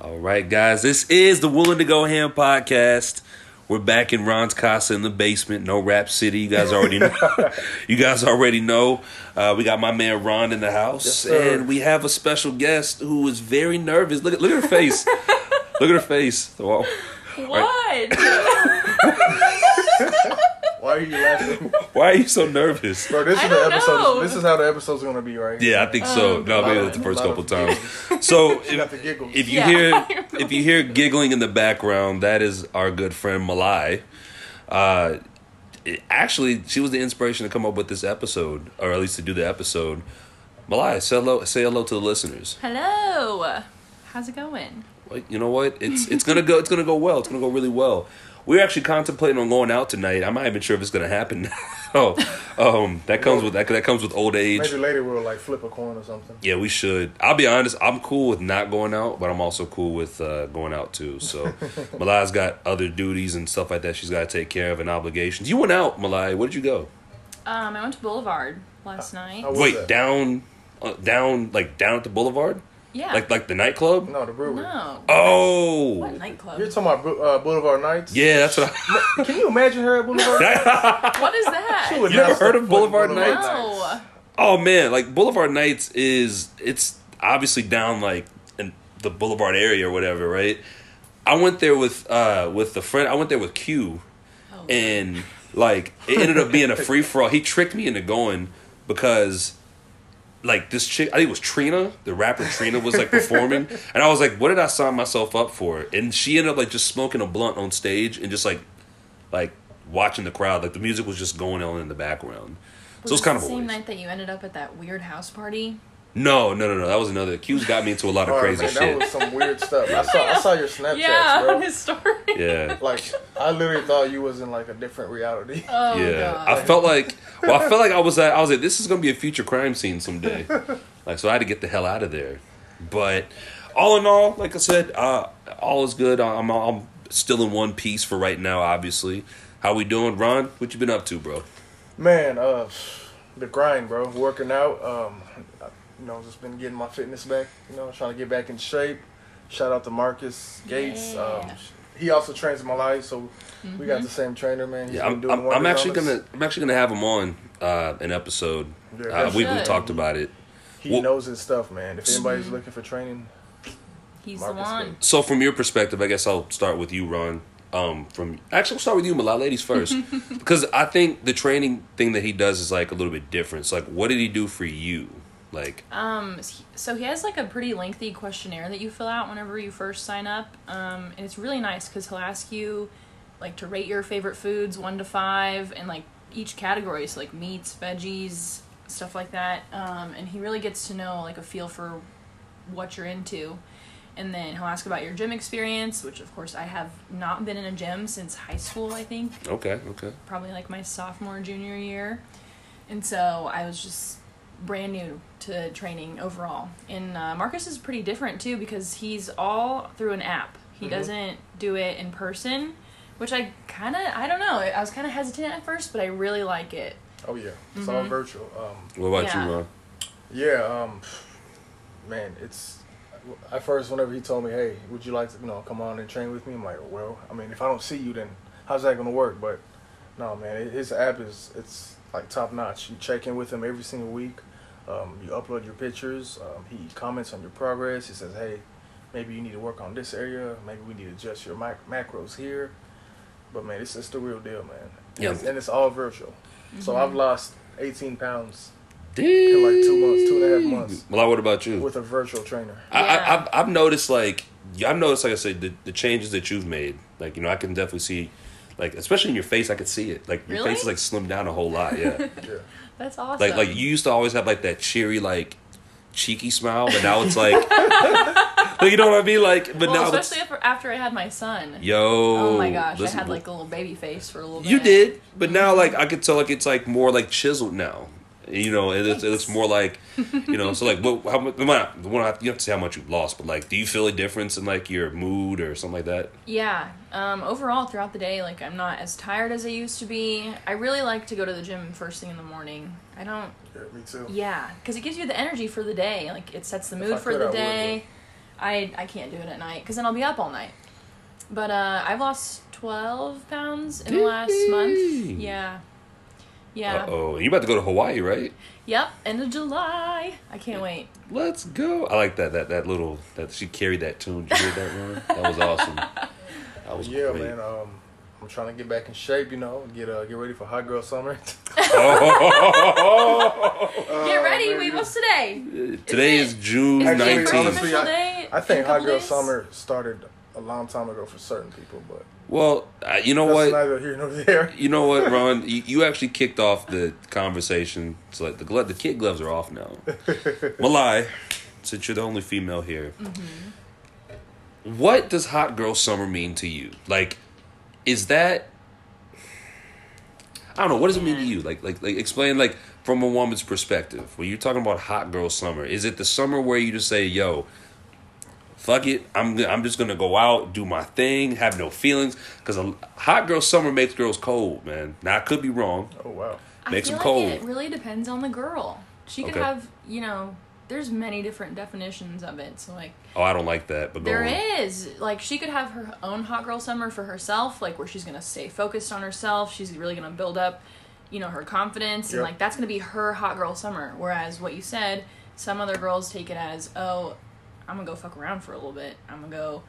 All right, guys, this is the Willing to Go Ham podcast. We're back in Ron's casa in the basement, no rap city. You guys already know. you guys already know. Uh, we got my man Ron in the house, Yes, sir. and we have a special guest who is very nervous. Look at look at her face. look at her face. Well, What? Why are you laughing, Why are you so nervous? bro? This I is the don't episode. know. This is how the episode's gonna be, right? Yeah, I think so. Um, no, maybe Uh, Lot that's the of- first lot couple of times. So You got if, the giggles. if you Yeah, hear I if you hear giggling in the background, that is our good friend Malai. Uh, it- actually, she was the inspiration to come up with this episode, or at least to do the episode. Malai, say hello, say hello to the listeners. Hello. How's it going? Like, you know what? It's it's gonna go. It's gonna go well. It's gonna go really well. We're actually contemplating on going out tonight. I'm not even sure if it's gonna happen. oh, um, that comes with that, that comes with old age. Maybe later we'll like flip a coin or something. Yeah, we should. I'll be honest. I'm cool with not going out, but I'm also cool with uh, going out too. So Malai's got other duties and stuff like that. She's got to take care of and obligations. You went out, Malai. Where did you go? Um, I went to Boulevard Uh, last night. I- What was Wait, that? down, uh, down, like down at the Boulevard, yeah. like like the nightclub. No, the brewery. no. Oh, What nightclub? You're talking about Bu- uh, Boulevard Nights. yeah, that's what. I, Can you imagine her at Boulevard? Nights? What is that? She would You never not heard step of foot in Boulevard Nights? no. oh man, like Boulevard Nights is it's obviously down like in the Boulevard area or whatever, right? I went there with uh with the friend. I went there with Q. Oh. and like it ended up being a free for all. He tricked me into going because like this chick, I think it was Trina, the rapper Trina was like performing, and I was like, "What did I sign myself up for?" And she ended up like just smoking a blunt on stage and just like like watching the crowd. Like the music was just going on in the background. so it's it kind of the a same waste. night that you ended up at that weird house party. No, no, no, no. That was another. Q's got me into a lot of Oh, crazy man, shit. That was some weird stuff. I saw. I saw your Snapchats, yeah, bro. on his story. Yeah. Like I literally thought you was in like a different reality. Oh yeah, god. I felt like well, I felt like I was at, I was like, this is gonna be a future crime scene someday. like, so I had to get the hell out of there. But all in all, like I said, uh, all is good. I'm I'm still in one piece for right now. Obviously, how we doing, Ron? What you been up to, bro? Man, uh, the grind, bro. Working out. Um, you know, just been getting my fitness back. You know, trying to get back in shape. Shout out to Marcus Gates. Yeah. Um, he also trains my life, so we got the same trainer, man. He's Yeah, been I'm, doing I'm, I'm wonders actually on us. gonna I'm actually gonna have him on uh, an episode. Yeah, uh, we, we should. talked about it. He Well- knows his stuff, man. If anybody's looking for training, He's Marcus the one. Gates. So from your perspective, I guess I'll start with you, Ron. Um, from actually, I'll start with you, Malai, ladies first, because I think the training thing that he does is like a little bit different. So like, what did he do for you? Like, Um, s- so he has like a pretty lengthy questionnaire that you fill out whenever you first sign up. Um, and it's really nice because he'll ask you like to rate your favorite foods one to five and like each category, so like meats, veggies, stuff like that. Um, and he really gets to know like a feel for what you're into. And then he'll ask about your gym experience, which of course I have not been in a gym since high school, I think okay, okay, probably like my sophomore junior year and so i was just brand new to training overall and uh, marcus is pretty different too because he's all through an app he Mm-hmm. doesn't do it in person which i kind of i don't know i was kind of hesitant at first but i really like it oh yeah, it's all virtual. Um, what about Yeah. you, Ron? yeah, um, man, it's. At first, whenever he told me, "Hey, would you like to, you know, come on and train with me?" I'm like, "Well, I mean, if I don't see you, then how's that gonna work?" But no, man, it, his app is it's like top notch. You check in with him every single week. Um, you upload your pictures. Um, he comments on your progress. He says, "Hey, maybe you need to work on this area. Maybe we need to adjust your mic- macros here." But man, it's it's the real deal, man. Yeah. and it's all virtual. So I've lost 18 pounds In like two months, two and a half months. Malai, what about you? with a virtual trainer. I, I, Yeah. I've, I've noticed like I've noticed like I said the, the changes that you've made. Like you know, I can definitely see, like especially in your face, I could see it. Like your Really? face is like slimmed down a whole lot. Yeah. Yeah. that's awesome Like like you used to always have like that cheery like cheeky smile, but now it's like, like you know what I mean? Like but well, now it's especially after, after i had my son yo. oh my gosh listen, i had like a little baby face for a little bit you did, but now like I could tell like it's like more like chiseled now. You know, it, it's, it's more like you know. So like, what? How much? You don't have to say how much you've lost, but like, do you feel a difference in like your mood or something like that? Yeah. Um, overall, throughout the day, like I'm not as tired as I used to be. I really like to go to the gym first thing in the morning. I don't. Yeah, me too. Yeah, because it gives you the energy for the day. Like it sets the mood I for could, I the would, day. I I can't do it at night because then I'll be up all night. But uh, I've lost twelve pounds in the last month. Dang. Yeah, yeah. Oh, you about to go to Hawaii, right? Yep. End of July. I can't wait. Let's go. I like that that that little that she carried that tune. Did you hear that one? That was awesome. That was yeah, great. man. Um, I'm trying to get back in shape, you know, get uh, get ready for hot girl summer. Oh, Get ready. We baby. will today. Today is Is June is it Actually, nineteenth. honestly, Official day I, I in a think hot couple girl days? summer started a long time ago for certain people, but Well, uh, you know that's what? neither here nor there. You know what, Ron? You, you actually kicked off the conversation. So like the glove, the kid gloves are off now. Malai, since you're the only female here, Mm-hmm. what does hot girl summer mean to you? Like, is that? I don't know. What does it mean to you? Like, like, like, explain like from a woman's perspective. When you're talking about hot girl summer, is it the summer where you just say, "Yo, fuck it. I'm go- I'm just gonna go out, do my thing, have no feelings. Cause a hot girl summer makes girls cold, man. Now I could be wrong. Oh wow. Makes I feel them Like it cold. really depends on the girl. She could Okay. have, you know, there's many different definitions of it. So like Oh, I don't like that. But go there on. is like she could have her own hot girl summer for herself, like where she's gonna stay focused on herself. She's really gonna build up, you know, her confidence, and Yep. like that's gonna be her hot girl summer. Whereas what you said, some other girls take it as, oh, I'm gonna go fuck around for a little bit. I'm gonna go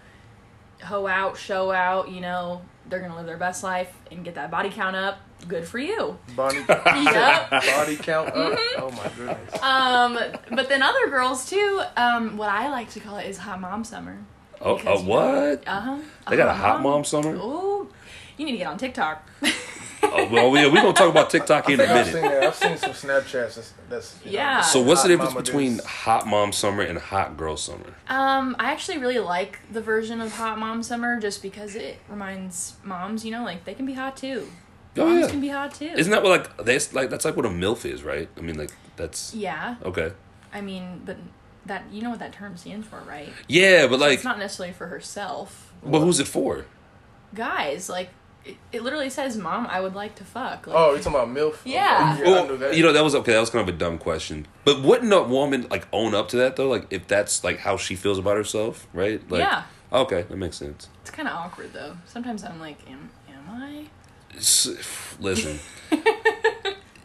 hoe out, show out. You know, they're gonna live their best life and get that body count up. Good for you. Body, Yep. body count up. Mm-hmm. Oh my goodness. Um, but then other girls too. Um, what I like to call it is hot mom summer. Oh, Because, a you uh-huh. know, what? Uh-huh. They got a hot mom summer. Ooh, you need to get on TikTok. Oh, well, yeah, we gonna talk about TikTok I in a think I've seen minute. that. I've seen some Snapchats. That's, that's you know, Yeah. So what's the hot difference mama between dudes. hot mom summer and hot girl summer? um, I actually really like the version of hot mom summer just because it reminds moms, you know, like they can be hot too. Oh, moms yeah. can be hot too. Isn't that what like that's like that's like what a milf is, right? I mean, like that's yeah, okay. I mean, but that you know what that term stands for, right? Yeah, but like, it's not necessarily for herself. well, who's it for? Guys, like it, it literally says, "Mom, I would like to fuck." Like, Oh, you're talking about milf. Yeah. Okay, yeah I well, knew that. you know that was okay. That was kind of a dumb question, but wouldn't a woman like own up to that though? Like if that's like how she feels about herself, right? Like, Yeah. Okay, that makes sense. It's kind of awkward though. Sometimes I'm like, am, am I? S- listen,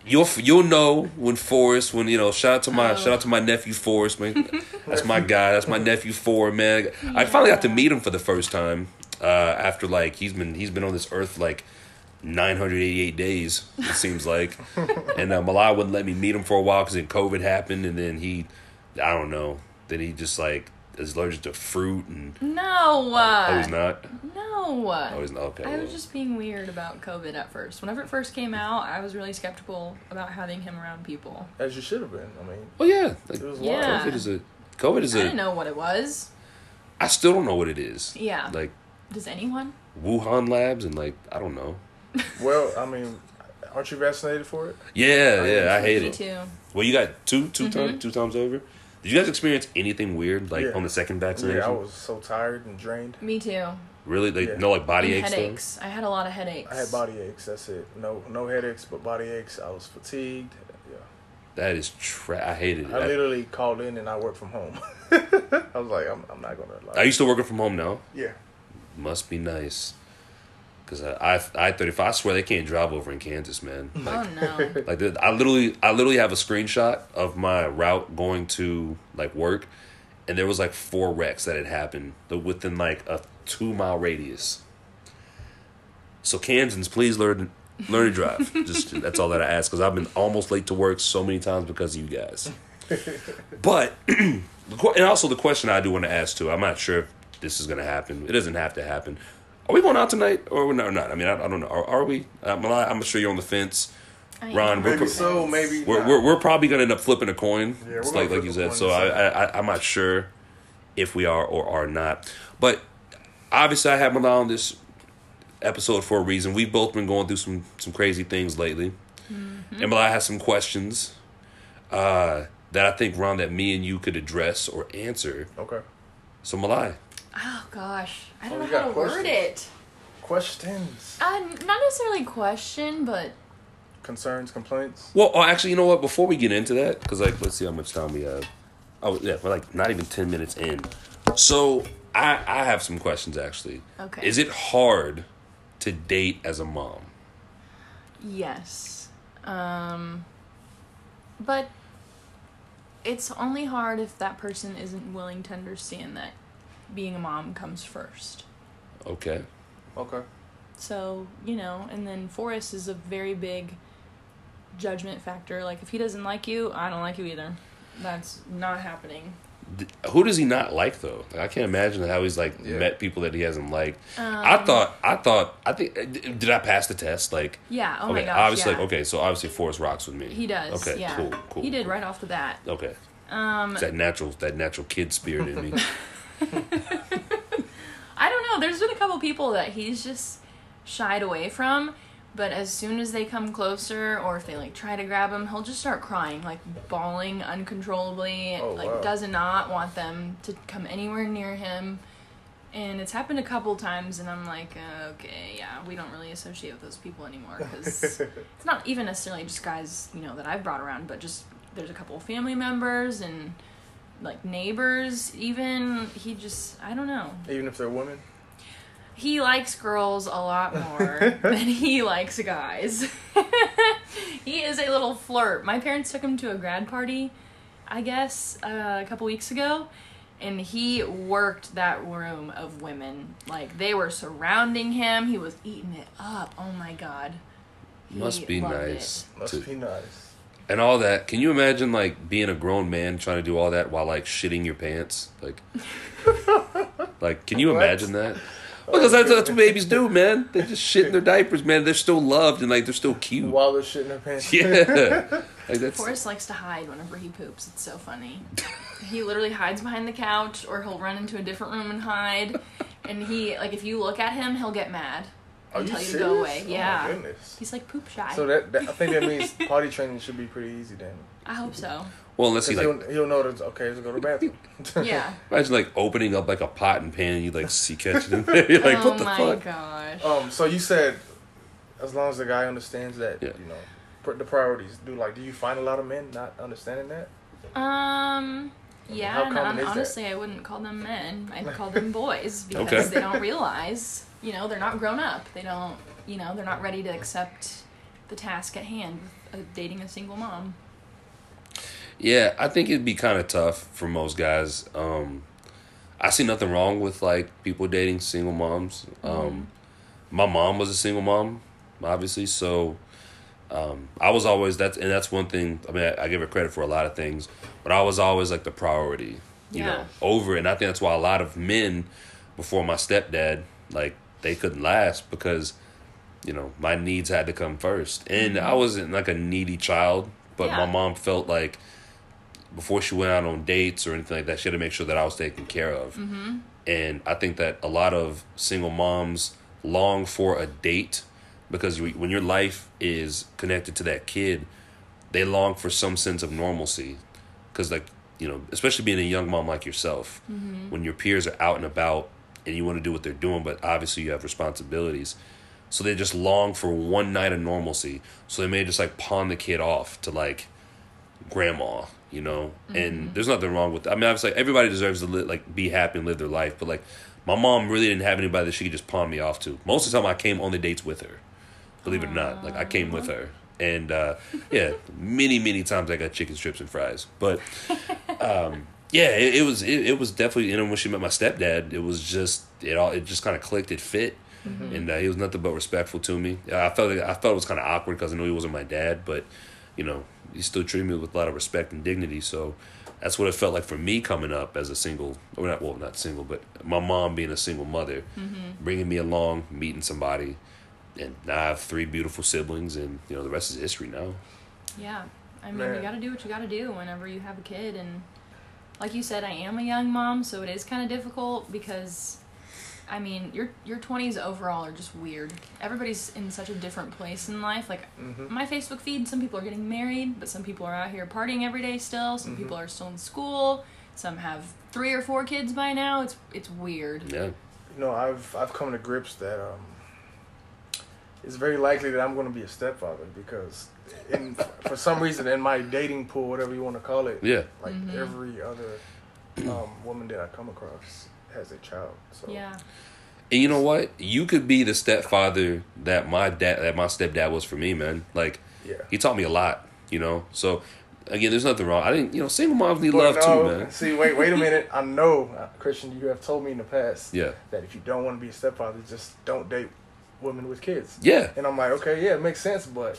you'll f- you'll know when Forrest, when you know, shout out to my Oh. shout out to my nephew Forrest, man. That's my guy. That's my nephew Forrest, man. I finally got to Yeah. meet him for the first time uh, after like he's been he's been on this earth like. 988 days it seems like and uh, malai wouldn't let me meet him for a while because then covid happened and then he i don't know then he just like is allergic to fruit and No. uh, oh he's not No. oh he's not okay I well. was just being weird about COVID at first. Whenever it first came out, I was really skeptical about having him around people. As you should have been. I mean, well yeah like, it was wild. Yeah. covid is a covid is I a didn't know what it was. I still don't know what it is. Yeah. Like Does anyone? Wuhan labs and like I don't know. Well, I mean, aren't you vaccinated for it? Yeah, I yeah, I hate Oh, Me it. too. Mm-hmm. Well, you got two, times, two times over. Did you guys experience anything weird like Yeah. on the second vaccination? Yeah, I was so tired and drained. Me too. Really, like Yeah. no like body And aches. though? headaches. I had a lot of headaches. I had body aches. That's it. No, no headaches, but body aches. I was fatigued. Yeah, That is tra- I hated it. I I, literally called in and I worked from home. I was like, I'm, I'm not gonna lie. I used to working from home now. yeah, Must be nice. Cause I I thirty five. I swear they can't drive over in Kansas, man. Like, Oh no. Like th- I literally, I literally have a screenshot of my route going to like work, and there was like four wrecks that had happened th- within like a two mile radius. So Kansans, please learn learn to drive. Just that's all that I ask because I've been almost late to work so many times because of you guys. But the que- and also the question I do want to ask too. I'm not sure if this is gonna happen. It doesn't have to happen. Are we going out tonight or we're not? not? I mean, I, I don't know. Are, are we? I'm, I'm sure you're on the fence. I Ron, am. we're maybe so, maybe We're, not. we're, we're probably gonna end up flipping a coin. Yeah, we're It's gonna like like flip you a said. coin So I, this I I- I'm not sure if we are or are not. But obviously, I have Milan on this episode for a reason. We've both been going through some some crazy things lately, Mm-hmm. and Milan has some questions uh, that I think Ron that me and you could address or answer. okay. So Malai, Oh gosh. I don't Oh, you know how got to word questions. it. Questions, Uh, not necessarily question, but concerns, complaints. well, oh, actually, you know what? Before we get into that, because like let's see how much time we have. Oh yeah, we're like not even ten minutes in. So I I have some questions actually. Okay. Is it hard to date as a mom? Yes. Um, but it's only hard if that person isn't willing to understand that being a mom comes first. Okay. Okay. So, you know, and then Forrest is a very big judgment factor. Like, if he doesn't like you, I don't like you either. That's not happening. D- Who does he not like though? Like, I can't imagine how he's like Yeah. met people that he hasn't liked. I Um, thought I thought I think uh, did I pass the test? Like Yeah. Oh okay, my gosh. obviously yeah. like, okay, so obviously Forrest rocks with me. He does. Okay, yeah. cool, cool. He did cool. right off the bat. Okay. Um, that natural, that natural kid spirit in me. I don't know. There's been a couple people that he's just shied away from, but as soon as they come closer or if they like try to grab him, he'll just start crying, like bawling uncontrollably, Oh, like wow. does not want them to come anywhere near him. And it's happened a couple times, and I'm like, uh, okay, yeah, we don't really associate with those people anymore because it's not even necessarily just guys, you know, that I've brought around, but just there's a couple of family members and like neighbors, even. He just, I don't know Even if they're women. he likes girls a lot more than he likes guys. he is a little flirt. My parents took him to a grad party, I guess, uh, a couple weeks ago, and he worked that room of women. Like they were surrounding him. He was eating it up. Oh my god. He Must be loved it. nice. Must to- be nice. and all that. Can you imagine like being a grown man trying to do all that while like shitting your pants? Like, like can you What? imagine that? Because that's, that's what babies do, man. They just shit in their diapers, man. They're still loved and like they're still cute. While they're shitting their pants. Yeah, like that's Forrest likes to hide whenever he poops. It's so funny. he literally hides behind the couch, or he'll run into a different room and hide. And he, like, if you look at him, he'll get mad Are and you tell you serious? to go away. Oh my yeah, goodness. he's like poop shy. So that, that I think that means potty training should be pretty easy then. I hope so. well, unless 'Cause he like he'll, he'll know that it's okay to go to the bathroom. Yeah. imagine like opening up like a pot and pan and you like see catching in there. You're like, oh what the my fuck? gosh. um. So you said, as long as the guy understands that, Yeah. you know, pr- the priorities. Do like, do you find a lot of men not understanding that? Um. How Yeah, and common hon- is that? honestly, I wouldn't call them men. I'd call them boys because Okay. they don't realize, you know, they're not grown up. They don't, you know, they're not ready to accept the task at hand of dating a single mom. Yeah, I think it'd be kind of tough for most guys. Um, I see nothing wrong with like people dating single moms. Um, my mom was a single mom, obviously, so um, I was always that's and that's one thing. I mean, I, I give her credit for a lot of things, but I was always like the priority, you Yeah. know, over. And I think that's why a lot of men before my stepdad like they couldn't last because you know my needs had to come first, and I wasn't like a needy child, but Yeah. my mom felt like before she went out on dates or anything like that, she had to make sure that I was taken care of. Mm-hmm. And I think that a lot of single moms long for a date because we- when your life is connected to that kid, they long for some sense of normalcy. Because, like, you know, especially being a young mom like yourself, when your peers are out and about and you want to do what they're doing, but obviously you have responsibilities. So they just long for one night of normalcy. So they may just like pawn the kid off to like grandma, you know. And there's nothing wrong with. I mean, I was like, everybody deserves to li- like be happy and live their life. But like, my mom really didn't have anybody that she could just pawn me off to. Most of the time, I came on the dates with her. Believe it or not, like I came with her, and uh, yeah, many many times I got chicken strips and fries. But um, yeah, it, it was it, it was definitely. You know, when she met my stepdad, it was just it all it just kind of clicked. It fit. And uh, he was nothing but respectful to me. Uh, I felt I felt it was kind of awkward because I knew he wasn't my dad, but you know, he still treated me with a lot of respect and dignity. So that's what it felt like for me coming up as a single, or not, well, not single, but my mom being a single mother, bringing me along, meeting somebody. And now I have three beautiful siblings, and you know the rest is history now. Yeah. I mean, you Man. got to do what you got to do whenever you have a kid. And like you said, I am a young mom, so it is kind of difficult because, I mean, your your 20s overall are just weird. Everybody's in such a different place in life. Like, my Facebook feed, some people are getting married, but some people are out here partying every day still. Some people are still in school. Some have three or four kids by now. It's it's weird. Yeah, You know, I've I've come to grips that um, it's very likely that I'm going to be a stepfather because, in, for some reason, in my dating pool, whatever you want to call it, Yeah. like every other um, woman that I come across has a child. So Yeah. And you know what? You could be the stepfather that my dad, that my stepdad was for me, man. Like, Yeah. he taught me a lot. You know, so again, there's nothing wrong. I didn't, you know, single moms need But love no, too, man. See, wait, wait a minute. I know, uh, Christian, you have told me in the past Yeah. that if you don't want to be a stepfather, just don't date women with kids. Yeah, And I'm like, okay, yeah, it makes sense, but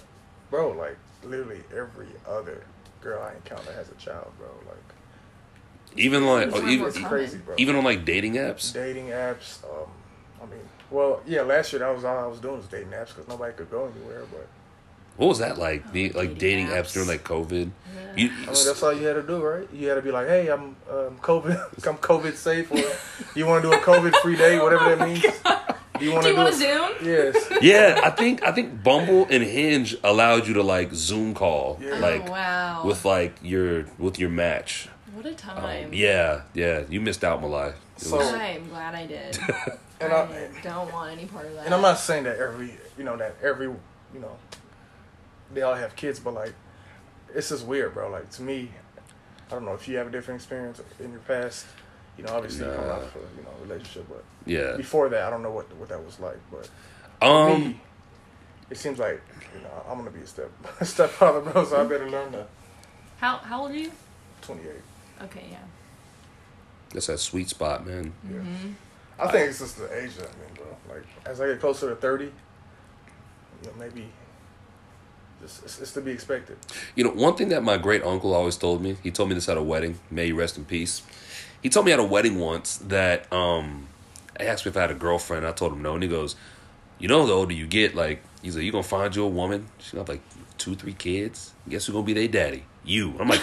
bro, like literally every other girl I encounter has a child, bro. Like even like It's oh, not even, worth it's Common. crazy, bro. even on like dating apps. dating apps, um, I mean, well, yeah, last year that was all I was doing was dating apps because nobody could go anywhere. But What was that like? The, Oh, like dating dating apps apps. during like COVID. Yeah. You, I mean, that's all you had to do, right? You had to be like, hey, I'm um, COVID, I'm COVID safe, or you want to do a COVID free day, whatever that means. Do you want Do to you do? want a- to Zoom? Yes. yeah, I think I think Bumble and Hinge allowed you to like Zoom call, Yeah. like oh, wow. with like your with your match. what a Um, time. yeah, yeah, you missed out, Malai. It So- was- I'm glad I did. And I, I- don't want any part of that. And I'm not saying that every, you know, that every, you know, they all have kids, but like, it's just weird, bro. Like to me, I don't know if you have a different experience in your past. You know, obviously you come Nah. out for you know a relationship, but yeah. before that, I don't know what what that was like. But Um. me, it seems like you know I'm gonna be a step stepfather, bro. So I better learn to How how old are you? 28. Okay, yeah. That's that sweet spot, man. Yeah. I think it's just the age that I'm in, bro. Like as I get closer to 30, you know, maybe just it's, it's to be expected. You know, one thing that my great uncle always told me, he told me this at a wedding, may he rest in peace. He told me at a wedding once that um I asked me if I had a girlfriend. I told him no, and he goes, You know, the older you get, like, he's like, You're gonna find you a woman. She's gonna have like two, three kids. Guess who's gonna be their daddy? You. I'm like,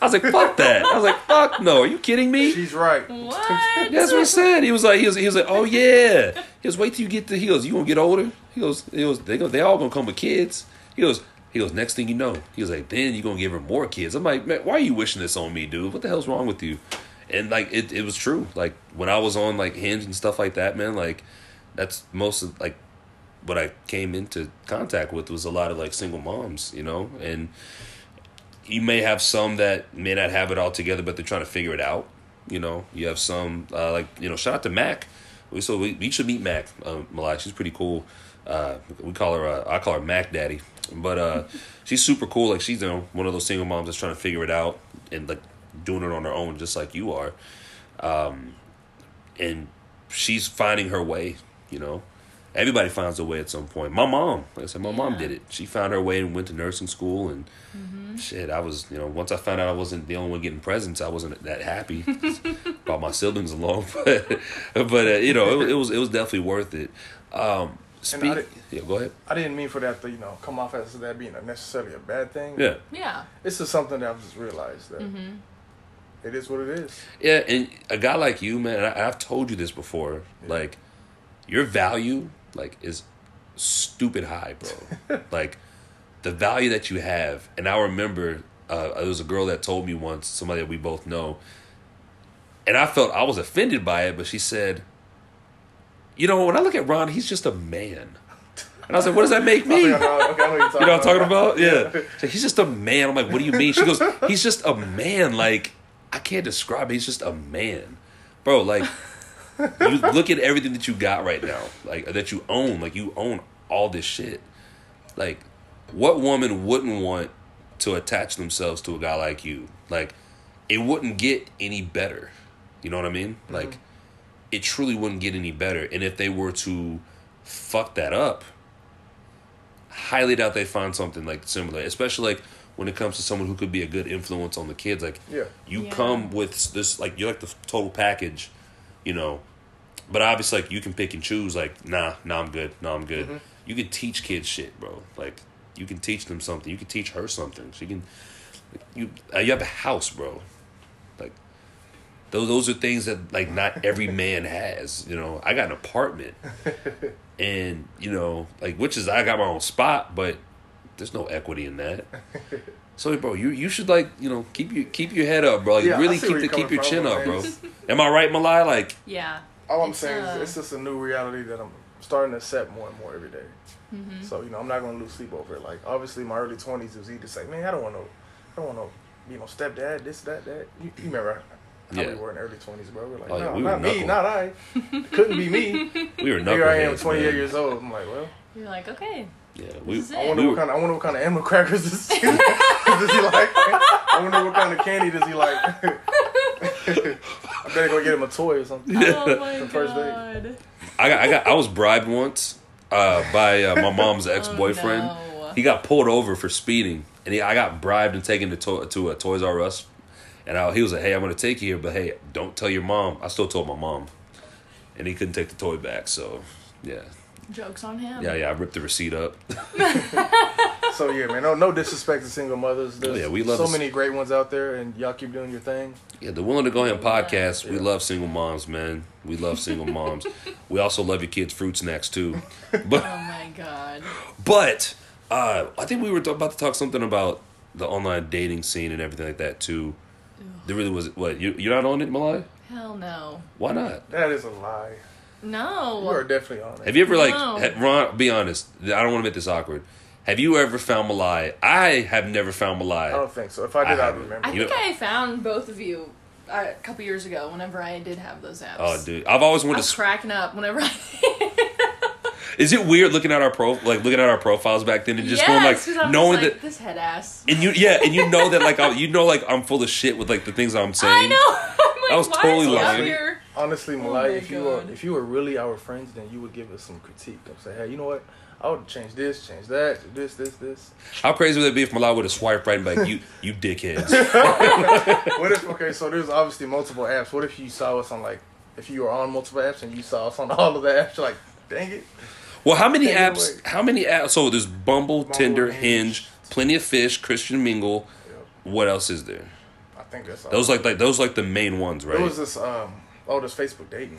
I was like, Fuck that. I was like, Fuck no, are you kidding me? She's right. What? That's what he said. He was like, he was, he was like, oh yeah. He goes, wait till you get to. He goes, you gonna get older. He goes, he goes, they go, they all gonna come with kids. He goes, he goes. Next thing you know, he was like, then you gonna give her more kids. I'm like, man, why are you wishing this on me, dude? What the hell's wrong with you? And like, it, it was true. Like when I was on like Hinge and stuff like that, man. Like that's most of like what I came into contact with was a lot of like single moms, you know, and you may have some that may not have it all together, but they're trying to figure it out. You know, you have some uh, like you know, shout out to Mac. We so we, we should meet Mac, um, Malai. She's pretty cool. Uh, we call her uh, I call her Mac Daddy, but uh, she's super cool. Like she's you know, one of those single moms that's trying to figure it out and like doing it on her own, just like you are. Um, and she's finding her way. You know, everybody finds a way at some point. My mom, like I said, my mom Yeah. did it. She found her way and went to nursing school and shit, I was, you know, once I found out I wasn't the only one getting presents, I wasn't that happy. Brought my siblings along, but, but uh, you know, it, was- it was it was definitely worth it. Um, And speak, I did- yeah, go ahead. I didn't mean for that to, you know, come off as that being a necessarily a bad thing. Yeah, Yeah. This is something that I've just realized that Mm-hmm. it is what it is. yeah, and a guy like you, man, and I, I've told you this before, like your value, like is stupid high, bro. like the value that you have, and I remember uh, there was a girl that told me once, somebody that we both know, and I felt I was offended by it, but she said, "You know, when I look at Ron, he's just a man." And I was like, "What does that make me?" I think I know, okay, I know what you're talking You know what I'm talking about? about. Yeah. She's like, he's just a man. I'm like, what do you mean? She goes, he's just a man. Like, I can't describe it. He's just a man. Bro, like, you look at everything that you got right now, like, that you own. Like, you own all this shit. Like, what woman wouldn't want to attach themselves to a guy like you? Like, it wouldn't get any better. You know what I mean? Like, it truly wouldn't get any better. And if they were to fuck that up, highly doubt they find something like similar, especially like when it comes to someone who could be a good influence on the kids. Like, Yeah. you Yeah. come with this, like, you're like the total package, you know. But obviously, like, you can pick and choose, like, nah, nah, I'm good, nah, I'm good. You can teach kids shit, bro. Like, you can teach them something. You can teach her something. She can, you, uh, you have a house, bro. Like, those those are things that like not every man has. You know, I got an apartment, and you know, like which is I got my own spot, but there's no equity in that. So, bro, you you should like you know keep your keep your head up, bro. Like, Yeah, I really see keep where the, you're keep your coming chin from, up, bro. man. Am I right, Malai? Like, Yeah. All I'm It's, saying uh, is it's just a new reality that I'm starting to accept more and more every day. Mm-hmm. So you know, I'm not gonna lose sleep over it. Like obviously, my early 20s it was easy to say, man, I don't want no, I don't want no, you know, stepdad, this, that, that. You, you remember how Yeah. we were in the early 20s, bro? We're like, Oh, yeah, no, we were not me, knuckle. not I. Couldn't be me. We were Here I am, knuckleheads, 28 man. years old. I'm like, well, You're like, okay. Yeah, we. This is it. I wonder we what were- kind. Of, I wonder what kind of animal crackers this does he like. I wonder what kind of candy does he like. I better go get him a toy or something. Oh my From god. first I got, I got, I was bribed once uh, by uh, my mom's ex boyfriend. Oh, no. He got pulled over for speeding, and he, I got bribed and taken to to, to a Toys R Us. And I, he was like, "Hey, I'm gonna take you here, but hey, don't tell your mom." I still told my mom, and he couldn't take the toy back. So, yeah, Jokes on him. yeah, yeah. I ripped the receipt up. So yeah, man. No, no disrespect to single mothers. There's Oh, yeah, we love so us. many great ones out there, and y'all keep doing your thing. Yeah, the Willing to Go Ahead podcast. We love single moms, man. We love single moms. we also love your kids' fruit snacks too. But Oh my god. But uh, I think we were about to talk something about the online dating scene and everything like that too. There really was what you you're not on it, Malai? Hell no. Why not? That is a lie. No. You are definitely on it. Have you ever like No. ha- Ron? Be honest. I don't want to make this awkward. Have you ever found Malai? I have never found I don't Malai. think so. If I did, I I, would haven't. remember. I You think know- I found both of you uh, a couple years ago. Whenever I did have those apps, Oh, dude, I've always I wanted was to. cracking up whenever I. Is it weird looking at our pro, like looking at our profiles back then and just yes, going 'cause like I'm knowing just like, that, this head ass. and you yeah, and you know that like I, you know like I'm full of shit with like the things I'm saying. I know. I'm like, I was why totally is he lying. Up here? Honestly, Oh my Malai, if you were God. if you were really our friends, then you would give us some critique. I'm say, hey, you know what? I would change this, change that, this, this, this. How crazy would it be if Malai would have swiped right and be like you you dickheads? What if okay? So there's obviously multiple apps. What if you saw us on like if you were on multiple apps and you saw us on all of the apps? You're like, dang it! Well, how many Take it apps? away. How many apps? So there's Bumble, Tinder, Hinge. Hinge, Plenty of Fish, Christian Mingle. Yep. What else is there? I think that's all. Those like like those like the main ones, There right? was this um oh this Facebook dating.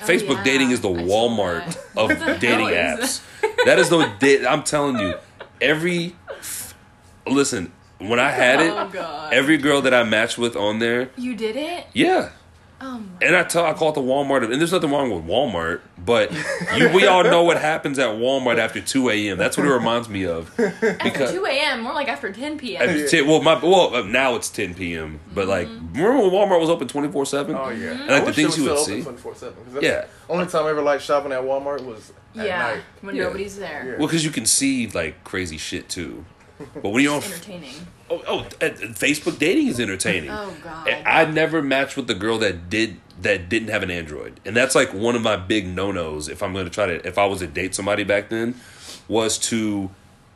Facebook Oh, yeah. dating is the I saw Walmart that. of What the dating hell apps. is that is no. Da- I'm telling you, every listen when I had it, Oh god. every girl that I matched with on there, you did it. yeah. Oh my. And I tell I call it the Walmart, of- and there's nothing wrong with Walmart, but you, we all know what happens at Walmart after 2 a.m. That's what it reminds me of. After two a.m., more like after ten It p.m. was 10 well, my well uh, now it's 10 p.m. But like, Mm-hmm. remember when Walmart was open 24 seven? Oh yeah, And like the things you would see. Well, Twenty four seven. That's Yeah. the Only time I ever liked shopping at Walmart was at Yeah, night. when Yeah. nobody's there. Yeah. because you can see like crazy shit too. But when you're on, Entertaining. oh, oh and- and Facebook dating is entertaining. Oh god. And I never matched with the girl that did that didn't have an Android, and that's like one of my big no nos. If I'm going to try to, if I was to date somebody back then, was to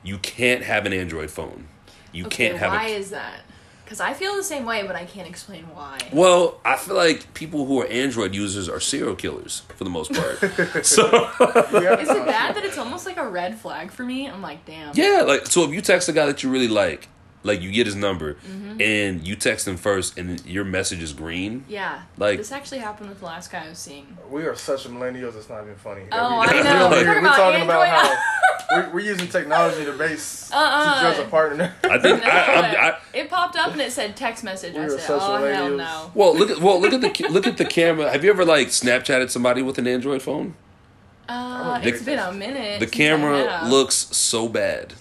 you can't have an Android phone. You okay, can't have. why a, is that? Because I feel the same way, but I can't explain why. Well, I feel like people who are Android users are serial killers for the most part. so Yeah. Is it bad that it's almost like a red flag for me? I'm like, damn. yeah, like so if you text a guy that you really like, like you get his number Mm-hmm. and you text him first and your message is green. Yeah. Like- this actually happened with the last guy I was seeing. We are such millennials. It's not even funny. Oh, we, I know. We're, We're we're about talking about Android. how we're, we're using technology to base Uh-uh. to judge a partner. I think I, I, I it popped up and it said text message. We I are said, such oh hell millennials. no. well look at well look at the ca- look at the camera. Have you ever like Snapchatted somebody with an Android phone? Uh, The- it's been a minute. The since I camera have. looks so bad.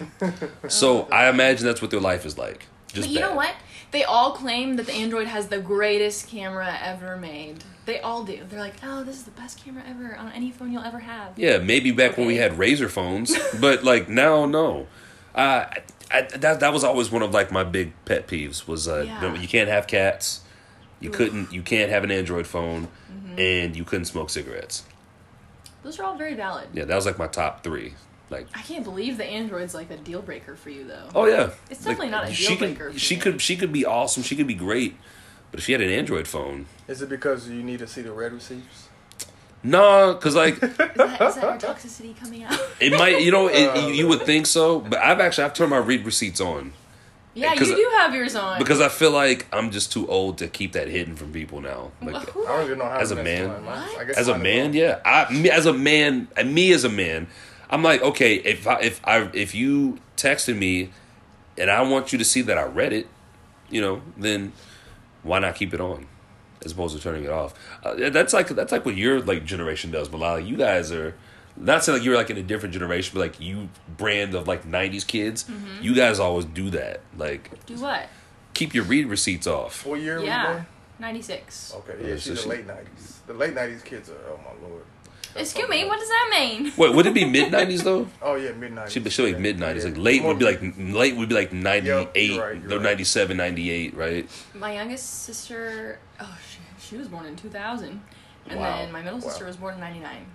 So I imagine that's what their life is like. Just But you know bad. what? They all claim that the Android has the greatest camera ever made. They all do. They're like, oh, this is the best camera ever on any phone you'll ever have. Yeah, maybe back when we Okay. had razor phones, but like now, no. Uh, I, that that was always one of like my big pet peeves was uh, Yeah. no, you can't have cats, you couldn't, you can't have an Android phone, Mm-hmm. and you couldn't smoke cigarettes. Those are all very valid. Yeah, that was like my top three. Like, I can't believe the Android's like a deal breaker for you though. oh yeah, It's Like, definitely not a She deal breaker for could, she me. could, she could be awesome. She could be great, but if she had an Android phone, Is it because you need to see the red receipts? nah, because like Is that, is that your toxicity coming out? it might, you know, it, you- you would think so, but I've actually I've turned my read receipts on. Yeah, you 'Cause- do have yours on. because I feel like I'm just too old to keep that hidden from people now. Like Who- I don't even know how. As a to man? mess with mine. Mine- I guess as a mine is man, wrong. yeah. I me, as a man, and me as a man, I'm like, okay, if I if I if you texted me and I want you to see that I read it, you know, then why not keep it on as opposed to turning it off? Uh, that's like that's like what your like generation does, but like you guys are not saying like you're like in a different generation, but like you brand of like '90s kids, you guys always do that. Like Do what? keep your read receipts off. What year were you Yeah, born? ninety six. Okay, Yeah, yeah, so she's she- the late nineties. The late nineties kids are oh my lord. That's Excuse fucking me, up. what does that mean? Wait, would it be mid '90s though? Oh yeah, mid nineties. She'd be she'd be like mid '90s. Like late would be like late would be like '98, right, you're no right. '97, '98, right? My youngest sister, oh, she, she was born in two thousand, and Wow. then my middle Wow. sister was born in ninety nine.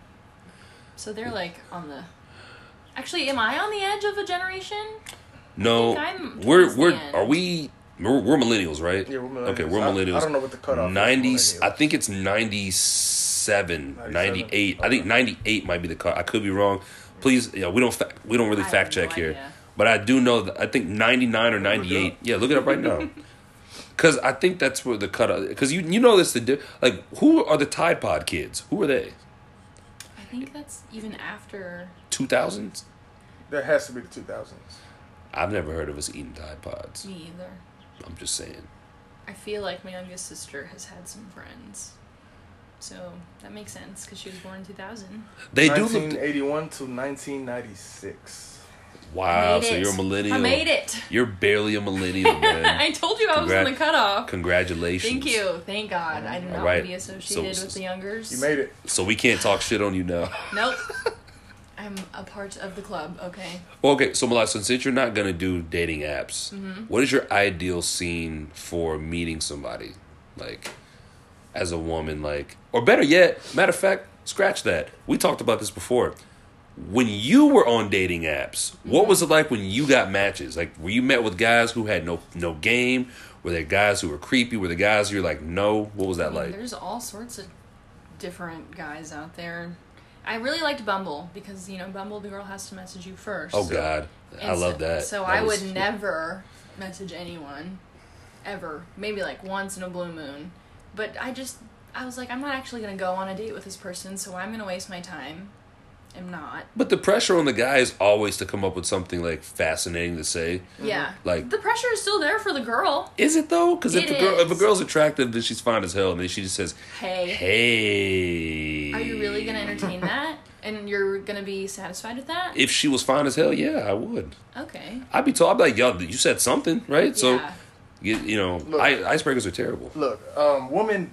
So they're like on the. Actually, am I on the edge of a generation? No, I think I'm we're towards we're the end. are we we're, we're millennials, right? Yeah, we're millennials. Okay, we're I- millennials. I don't know what the cutoff is for Nineties, I millennials. think it's 97, 97? 98. I think Okay. ninety eight might be the cut. I could be wrong. Please, yeah, we don't fa- we don't really I have fact check no here, idea. but I do know that I think ninety nine or Look it ninety eight. up. Yeah, look it up right now. Because I think that's where the cut. Because you you know that's the di- like who are the Tide Pod kids? Who are they? I think that's even after. Two thousands? There has to be the two thousands. I've never heard of us eating Tide Pods. Me either. I'm just saying. I feel like my youngest sister has had some friends. So that makes sense because she was born in 2000. They do look. Nineteen eighty one to nineteen ninety six. Wow, Made Ah, so it. you're a millennial. I made it. You're barely a millennial, man. I told you I was on the Congrat- cutoff. Congratulations. Thank you. Thank God. I do not want Alright. to be associated So- with the youngers. You made it. So we can't talk shit on you now. Nope. I'm a part of the club, okay? Well, okay, so Melissa, since you're not gonna do dating apps, Mm-hmm. what is your ideal scene for meeting somebody, like, as a woman, like, or better yet, matter of fact, scratch that. We talked about this before. When you were on dating apps, what Mm-hmm. was it like when you got matches? Like, were you met with guys who had no no game? Were there guys who were creepy? Were there guys you're like, no? What was that I mean, like? Mm, There's all sorts of different guys out there. I really liked Bumble because, you know, Bumble, the girl has to message you first. Oh God, I And love so- that. So That I was- would never message anyone, ever. Maybe like once in a blue moon, but I just I was like, I'm not actually gonna go on a date with this person, so I'm gonna waste my time. I'm not. But the pressure on the guy is always to come up with something like fascinating to say. Yeah. Like- the pressure is still there for the girl. Is it though? Because if It the girl, if a is. girl's attractive, then she's fine as hell, and then she just says, Hey, "Hey, are you really gonna entertain that? And you're gonna be satisfied with that? If she was fine as hell, yeah, I would. Okay. I'd be told, I'd be like, "Yo, you said something, right?" So, Yeah. you, you know, Look. I, icebreakers are terrible. Look, um, women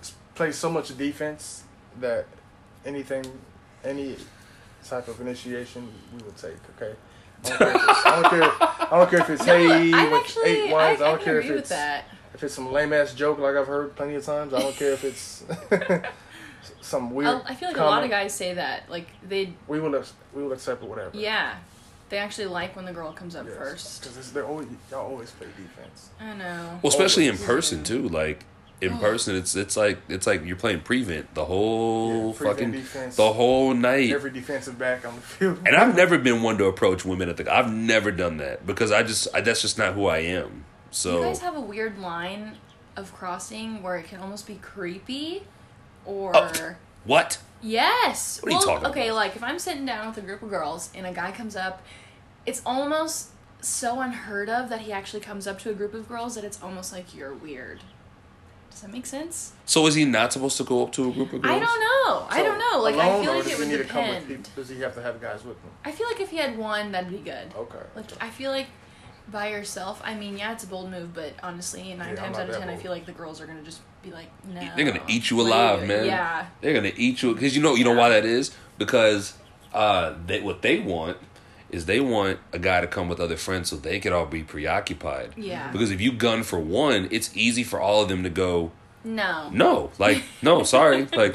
s- play so much defense that anything, any type of initiation, we will take. Okay. I don't care if it's- I don't care. I don't care if it's No, hey I'm with actually eight ones. I, I, I don't can care agree if with it's that. if it's some lame ass joke like I've heard plenty of times. I don't care if it's some weird. I, I feel like a lot comment. of guys say that. Like they, We will ac- we will accept whatever. yeah, they actually like when the girl comes up first. because they're always y'all always play defense. I know. Well, especially in Always. person too. Like in Oh. person, it's it's like it's like you're playing prevent the whole Yeah, prevent fucking defense. the whole night. Every defensive back on the field. And I've never been one to approach women at the. I've never done that because I just I, that's just not who I am. You So guys have a weird line of crossing where it can almost be creepy or Oh. what? yes. What are you well, talking okay, about? like if I'm sitting down with a group of girls and a guy comes up, it's almost so unheard of that he actually comes up to a group of girls that it's almost like you're weird. Does that make sense? So is he not supposed to go up to a group of girls? I don't know. I don't know. Like I Alone, feel or like does it he would need to come with depend. people? Does he have to have guys with him? I feel like if he had one, that'd be good. Okay. Like okay. I feel like by yourself. I mean, yeah, it's a bold move, but honestly, nine I'm times not out of that ten, I bold. feel like the girls are gonna just be like, no. They're gonna eat you What are alive, doing? man. Yeah. They're gonna eat you because you know you know why that is because uh they, what they want is they want a guy to come with other friends so they could all be preoccupied. Yeah. Because if you gun for one, it's easy for all of them to go. No. No, like no, sorry, like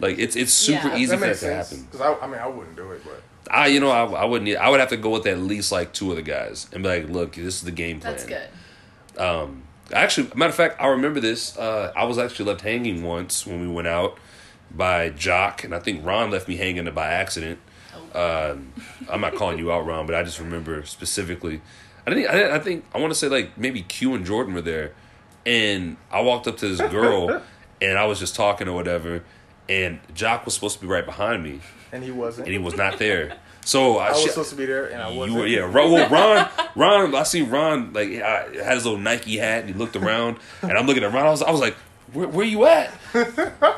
like it's it's super Yeah. easy that for that makes to sense. happen. 'Cause I, I mean, I wouldn't do it, but I, you know, I, I wouldn't. need- I would have to go with at least like two of the guys and be like, "Look, this is the game plan." That's good. Actually, matter of fact, I remember this. Uh, I was actually left hanging once when we went out by Jock, and I think Ron left me hanging by accident. Um, I'm not calling you out, Ron, but I just remember specifically. I didn't. I, didn't, I think I want to say like maybe Q and Jordan were there, and I walked up to this girl, and I was just talking or whatever, and Jock was supposed to be right behind me, and he wasn't. and he was not there. So I, I was sh- supposed to be there, and I wasn't. you were, yeah. Ron, well, Ron, Ron, I see Ron like I, had his little Nike hat and he looked around and I'm looking at Ron. I was, I was like, where, where you at?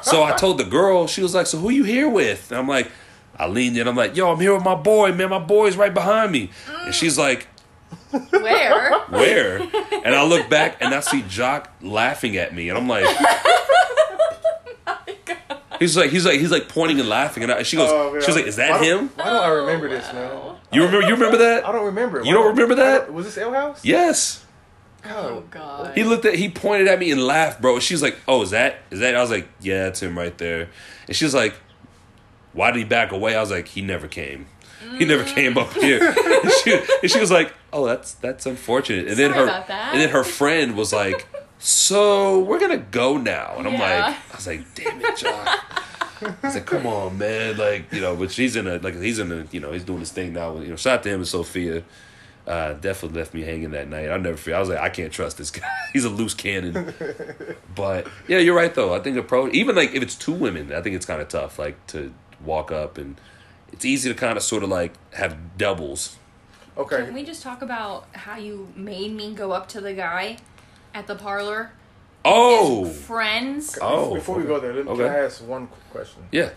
So I told the girl. She was like, so who you here with? And I'm like, I leaned in. I'm like, yo, I'm here with my boy, man. My boy's right behind me. And she's like, Where? Oh, where? and I look back and I see Jock laughing at me, and I'm like, Oh he's like, he's like, he's like pointing and laughing, and I, she goes, Oh, man. she was like, is Why that don't- him? Why don't I remember Oh, this, man? You remember? You remember I that? don't remember. it. You Why don't remember I that? don't- Was this L House? Yes. Oh god. He looked at, he pointed at me and laughed, bro. She's like, oh, is that? Is that? I was like, yeah, that's him right there. And she's like, why did he back away? I was like, he never came. He never Mm. came up here. and, she, and she was like, "Oh, that's that's unfortunate." And then Sorry her about that. and then her friend was like, "So we're gonna go now," and I'm Yeah. like, "I was like, damn it, John." I was like, "Come on, man!" Like you know, but she's in a like he's in a you know he's doing his thing now. You know, shout out to him and Sophia. Uh, definitely left me hanging that night. I'll never forget. I was like, I can't trust this guy. He's a loose cannon. But yeah, you're right though. I think approach even like if it's two women, I think it's kind of tough. Like to walk up and it's easy to kind of sort of like have doubles. Okay. Can we just talk about how you made me go up to the guy at the parlor? Oh, Friends. oh. Before we go there, let me, Okay. can I ask one quick question? yeah,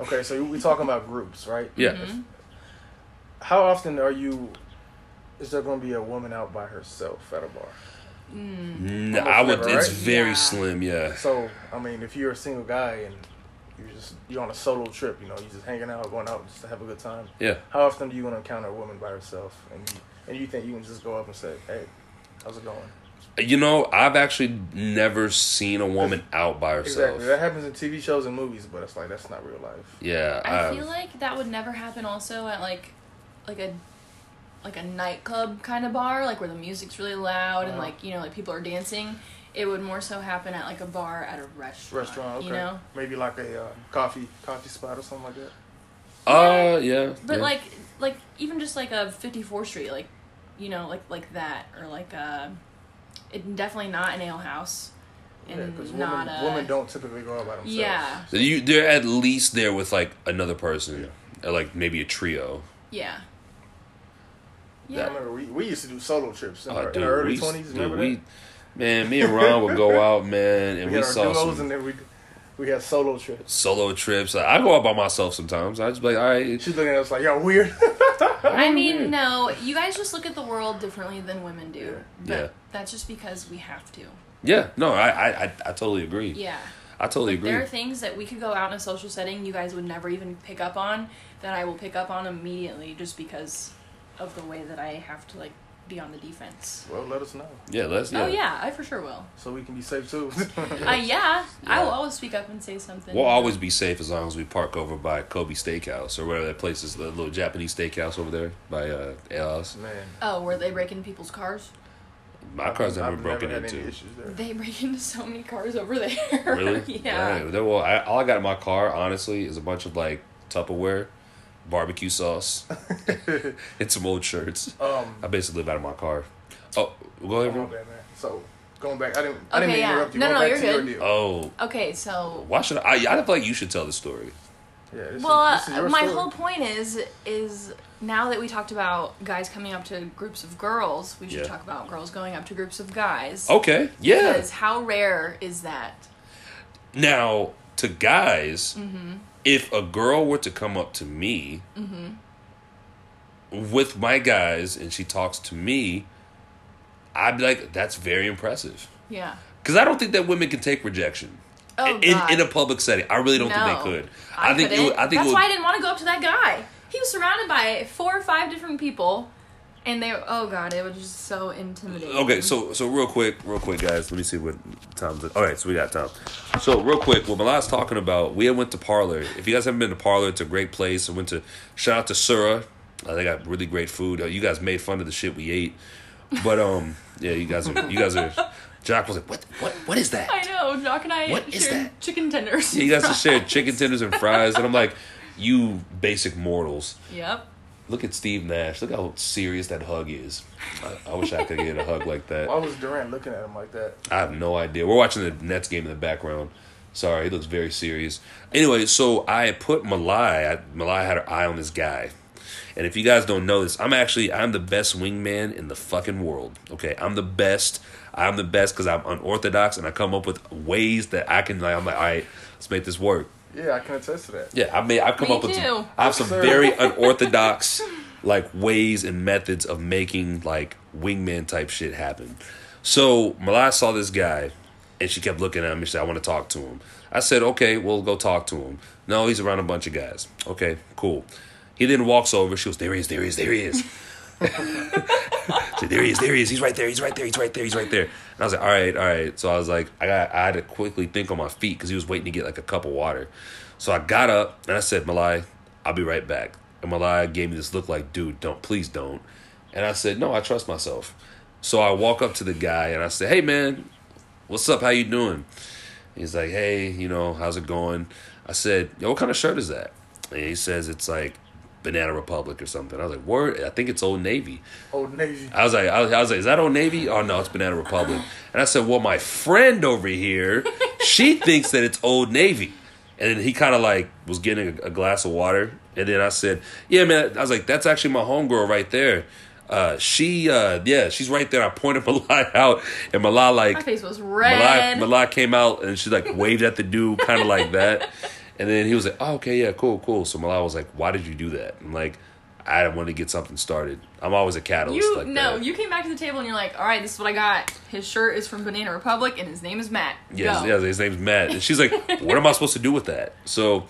Okay, so we're talking about groups, right? yeah. How often are you? Is there going to be a woman out by herself at a bar? No, I would. Right? It's very Yeah. slim. Yeah. So I mean, if you're a single guy and you're just you're on a solo trip, you know, you're just hanging out, going out, just to have a good time. Yeah. How often do you want to encounter a woman by herself, and you, and you think you can just go up and say, "Hey, how's it going?" You know, I've actually never seen a woman out by herself. Exactly. That happens in TV shows and movies, but it's like that's not real life. Yeah. I I've- feel like that would never happen also at like like a like a nightclub kind of bar, like where the music's really loud and Uh-huh. like, you know, like people are dancing. It would more so happen at like a bar at a restaurant. Restaurant, okay. You know? Maybe like a uh, coffee coffee spot or something like that. Uh, yeah. But yeah. like like even just like a fifty fourth street, like you know, like like that or like a it definitely not an ale house. And yeah, because not women, a women don't typically go out by themselves. Yeah. So you, they're at least there with like another person, or, like maybe a trio. Yeah. I Yeah. remember we, we used to do solo trips in, Oh, our, in dude, our early we- twenties. dude, Remember we- that? Man, me and Ron would go out, man, and We, we, had our saw duos some and then we we had solo trips. solo trips. I, I go out by myself sometimes. I just be like, all right, She's looking at us like, "Y'all weird." I mean, no, you guys just look at the world differently than women do. But Yeah. that's just because we have to. yeah, no, I, I, I, I totally agree. Yeah. I totally agree. There are things that we could go out in a social setting you guys would never even pick up on that I will pick up on immediately just because of the way that I have to like be on the defense. well, let us know yeah, let's. Yeah. Oh yeah, I for sure will. so we can be safe too. Uh, yeah, I Yeah. will always speak up and say something. We'll always be safe as long as we park over by Kobe Steakhouse or whatever that place is, the little Japanese steakhouse over there by uh, Alice. Man, Oh, were they breaking people's cars? My car's never I've broken had any into. issues there. They break into so many cars over there. Really? yeah. Dang, then, well, I, all I got in my car, honestly, is a bunch of like Tupperware, barbecue sauce, and some old shirts. Um, I basically live out of my car. Oh, go ahead. oh, Ron. man, man. So going back, I didn't. I didn't Okay, mean to yeah. interrupt you. No, going no, back you're to good. Your deal. Oh, Okay, so why should I? I I feel like you should tell the story. yeah, this is- Well, uh, this is your my story. whole point is is now that we talked about guys coming up to groups of girls, we should Yeah. talk about girls going up to groups of guys. Okay, yeah. Because how rare is that? Now, to guys, Mm-hmm. if a girl were to come up to me Mm-hmm. with my guys and she talks to me, I'd be like, that's very impressive. Yeah. Because I don't think that women can take rejection. Oh, in, God. in a public setting, I really don't think No. they could. I, think it couldn't. would, I think that's it would, why I didn't want to go up to that guy. He was surrounded by four or five different people, and they oh god, it was just so intimidating. Okay, so so real quick, real quick, guys. Let me see what time's. All right, so we got time. So real quick, what Milan's talking about, we had went to Parlor. If you guys haven't been to Parlor, it's a great place. I went to shout out to Sura. Uh, they got really great food. Uh, you guys made fun of the shit we ate, but um, yeah, you guys are you guys are. Jack was like, what what what is that? I know Jock and I What is shared that? chicken tenders. Yeah, you guys just shared chicken tenders and fries, and I'm like, you basic mortals. Yep. Look at Steve Nash. Look how serious that hug is. I, I wish I could get a hug like that. Why was Durant looking at him like that? I have no idea. We're watching the Nets game in the background. Sorry, he looks very serious. Anyway, so I put Malai. I, Malai had her eye on this guy, and if you guys don't know this, I'm actually I'm the best wingman in the fucking world. Okay, I'm the best. I'm the best because I'm unorthodox and I come up with ways that I can. Like, I'm like, all right, let's make this work. Yeah, I can attest to that. Yeah, I mean, I've come Me up with too. some, I have some Sir. very unorthodox like ways and methods of making like wingman type shit happen. So Malai saw this guy, and she kept looking at me. She said, "I want to talk to him." I said, "Okay, we'll go talk to him." No, he's around a bunch of guys. Okay, cool. He then walks over. She goes, "There he is. There he is. There he is." So there he is, there he is, he's right there, he's right there, he's right there, he's right there. And I was like, all right, all right. So I was like, I got, I had to quickly think on my feet because he was waiting to get like a cup of water. So I got up and I said, Malai, I'll be right back. And Malai gave me this look like, dude, don't, please don't. And I said, no, I trust myself. So I walk up to the guy and I said, hey man, what's up? How you doing? He's like, hey, you know, how's it going? I said, yo, what kind of shirt is that? And he says it's like Banana Republic or something. I was like, word, I think it's Old Navy. Old Navy. I was like, I was, I was like, is that Old Navy? Oh no, it's Banana Republic. And I said, well, my friend over here, she thinks that it's Old Navy. And then he kind of like was getting a, a glass of water. And then I said, yeah, man. I was like, that's actually my homegirl right there. Uh, she, uh, yeah, she's right there. I pointed Malai out, and Malai like My face was Malak red. Malak came out and she like waved at the dude kind of like that. And then he was like, oh, okay, yeah, cool, cool. So Malak was like, why did you do that? I'm like, I want to get something started. I'm always a catalyst You like no, that. you came back to the table and you're like, "All right, this is what I got. His shirt is from Banana Republic, and his name is Matt." yeah, Go. his, yeah, his name's Matt. And she's like, what am I supposed to do with that? So,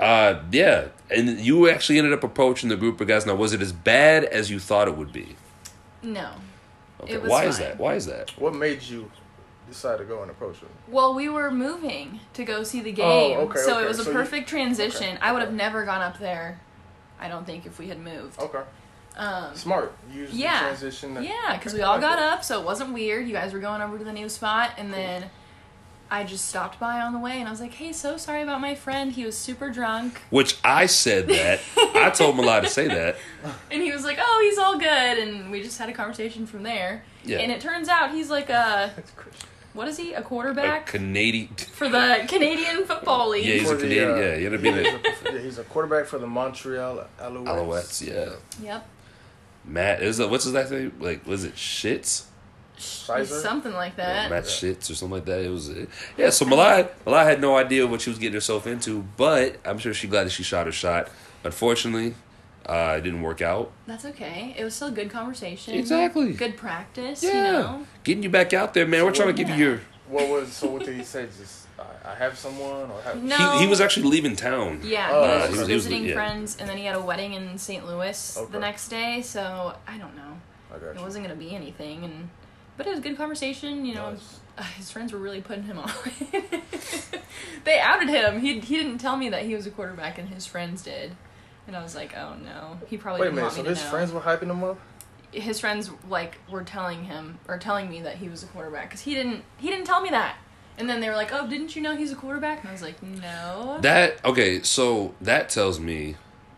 uh, yeah. And you actually ended up approaching the group of guys. Now, was it as bad as you thought it would be? No. Okay, It was why is fine. that? Why is that? What made you decide to go and approach her? Well, we were moving to go see the game, Oh, okay, so okay. it was a So you- perfect transition. okay, I would have okay. never gone up there, I don't think, if we had moved. Okay. Um, Smart. Use yeah, the transition. that- yeah, because we I all like got that. up, so it wasn't weird. You guys were going over to the new spot, and then I just stopped by on the way, and I was like, "Hey, so sorry about my friend. He was super drunk." Which I said that. I told Malak to say that. And he was like, "Oh, he's all good," and we just had a conversation from there. Yeah. And it turns out he's like a That's crazy. what is he? A A quarterback Canadian. for the Canadian Football League. Yeah, he's For a the, Canadian. uh, yeah, he ended up being He's a a, yeah, he's a quarterback for the Montreal Alouettes. Alouettes, yeah. Yep. Matt is that what's his last name? Like was it Shits? Sizer? Something like that. Matt Shits or something like that. It was uh, yeah. So Malai Malai had no idea what she was getting herself into, but I'm sure she glad that she shot her shot. Unfortunately, uh, it didn't work out. That's okay. It was still good conversation. Exactly. Good practice, Yeah, you know. getting you back out there, man. We're So trying to what- give you Yeah. your. What was so? What did he say? Just I, I have someone or have, No. He, he was actually leaving town. Yeah, Oh, he uh, was he just was- he was- visiting yeah. friends, and then he had a wedding in St. Louis Okay. the next day. So I don't know. I got It you. wasn't gonna be anything, and but it was good conversation. You know, Nice. uh, his friends were really putting him on. they outed him. He he didn't tell me that he was a quarterback, and his friends did. And I was like, oh no, he probably Wait a didn't minute. want So me his to know. friends were hyping him up. His friends like were telling him or telling me that he was a quarterback because he didn't he didn't tell me that. And then they were like, oh, didn't you know he's a quarterback? And I was like, no. That okay. So that tells me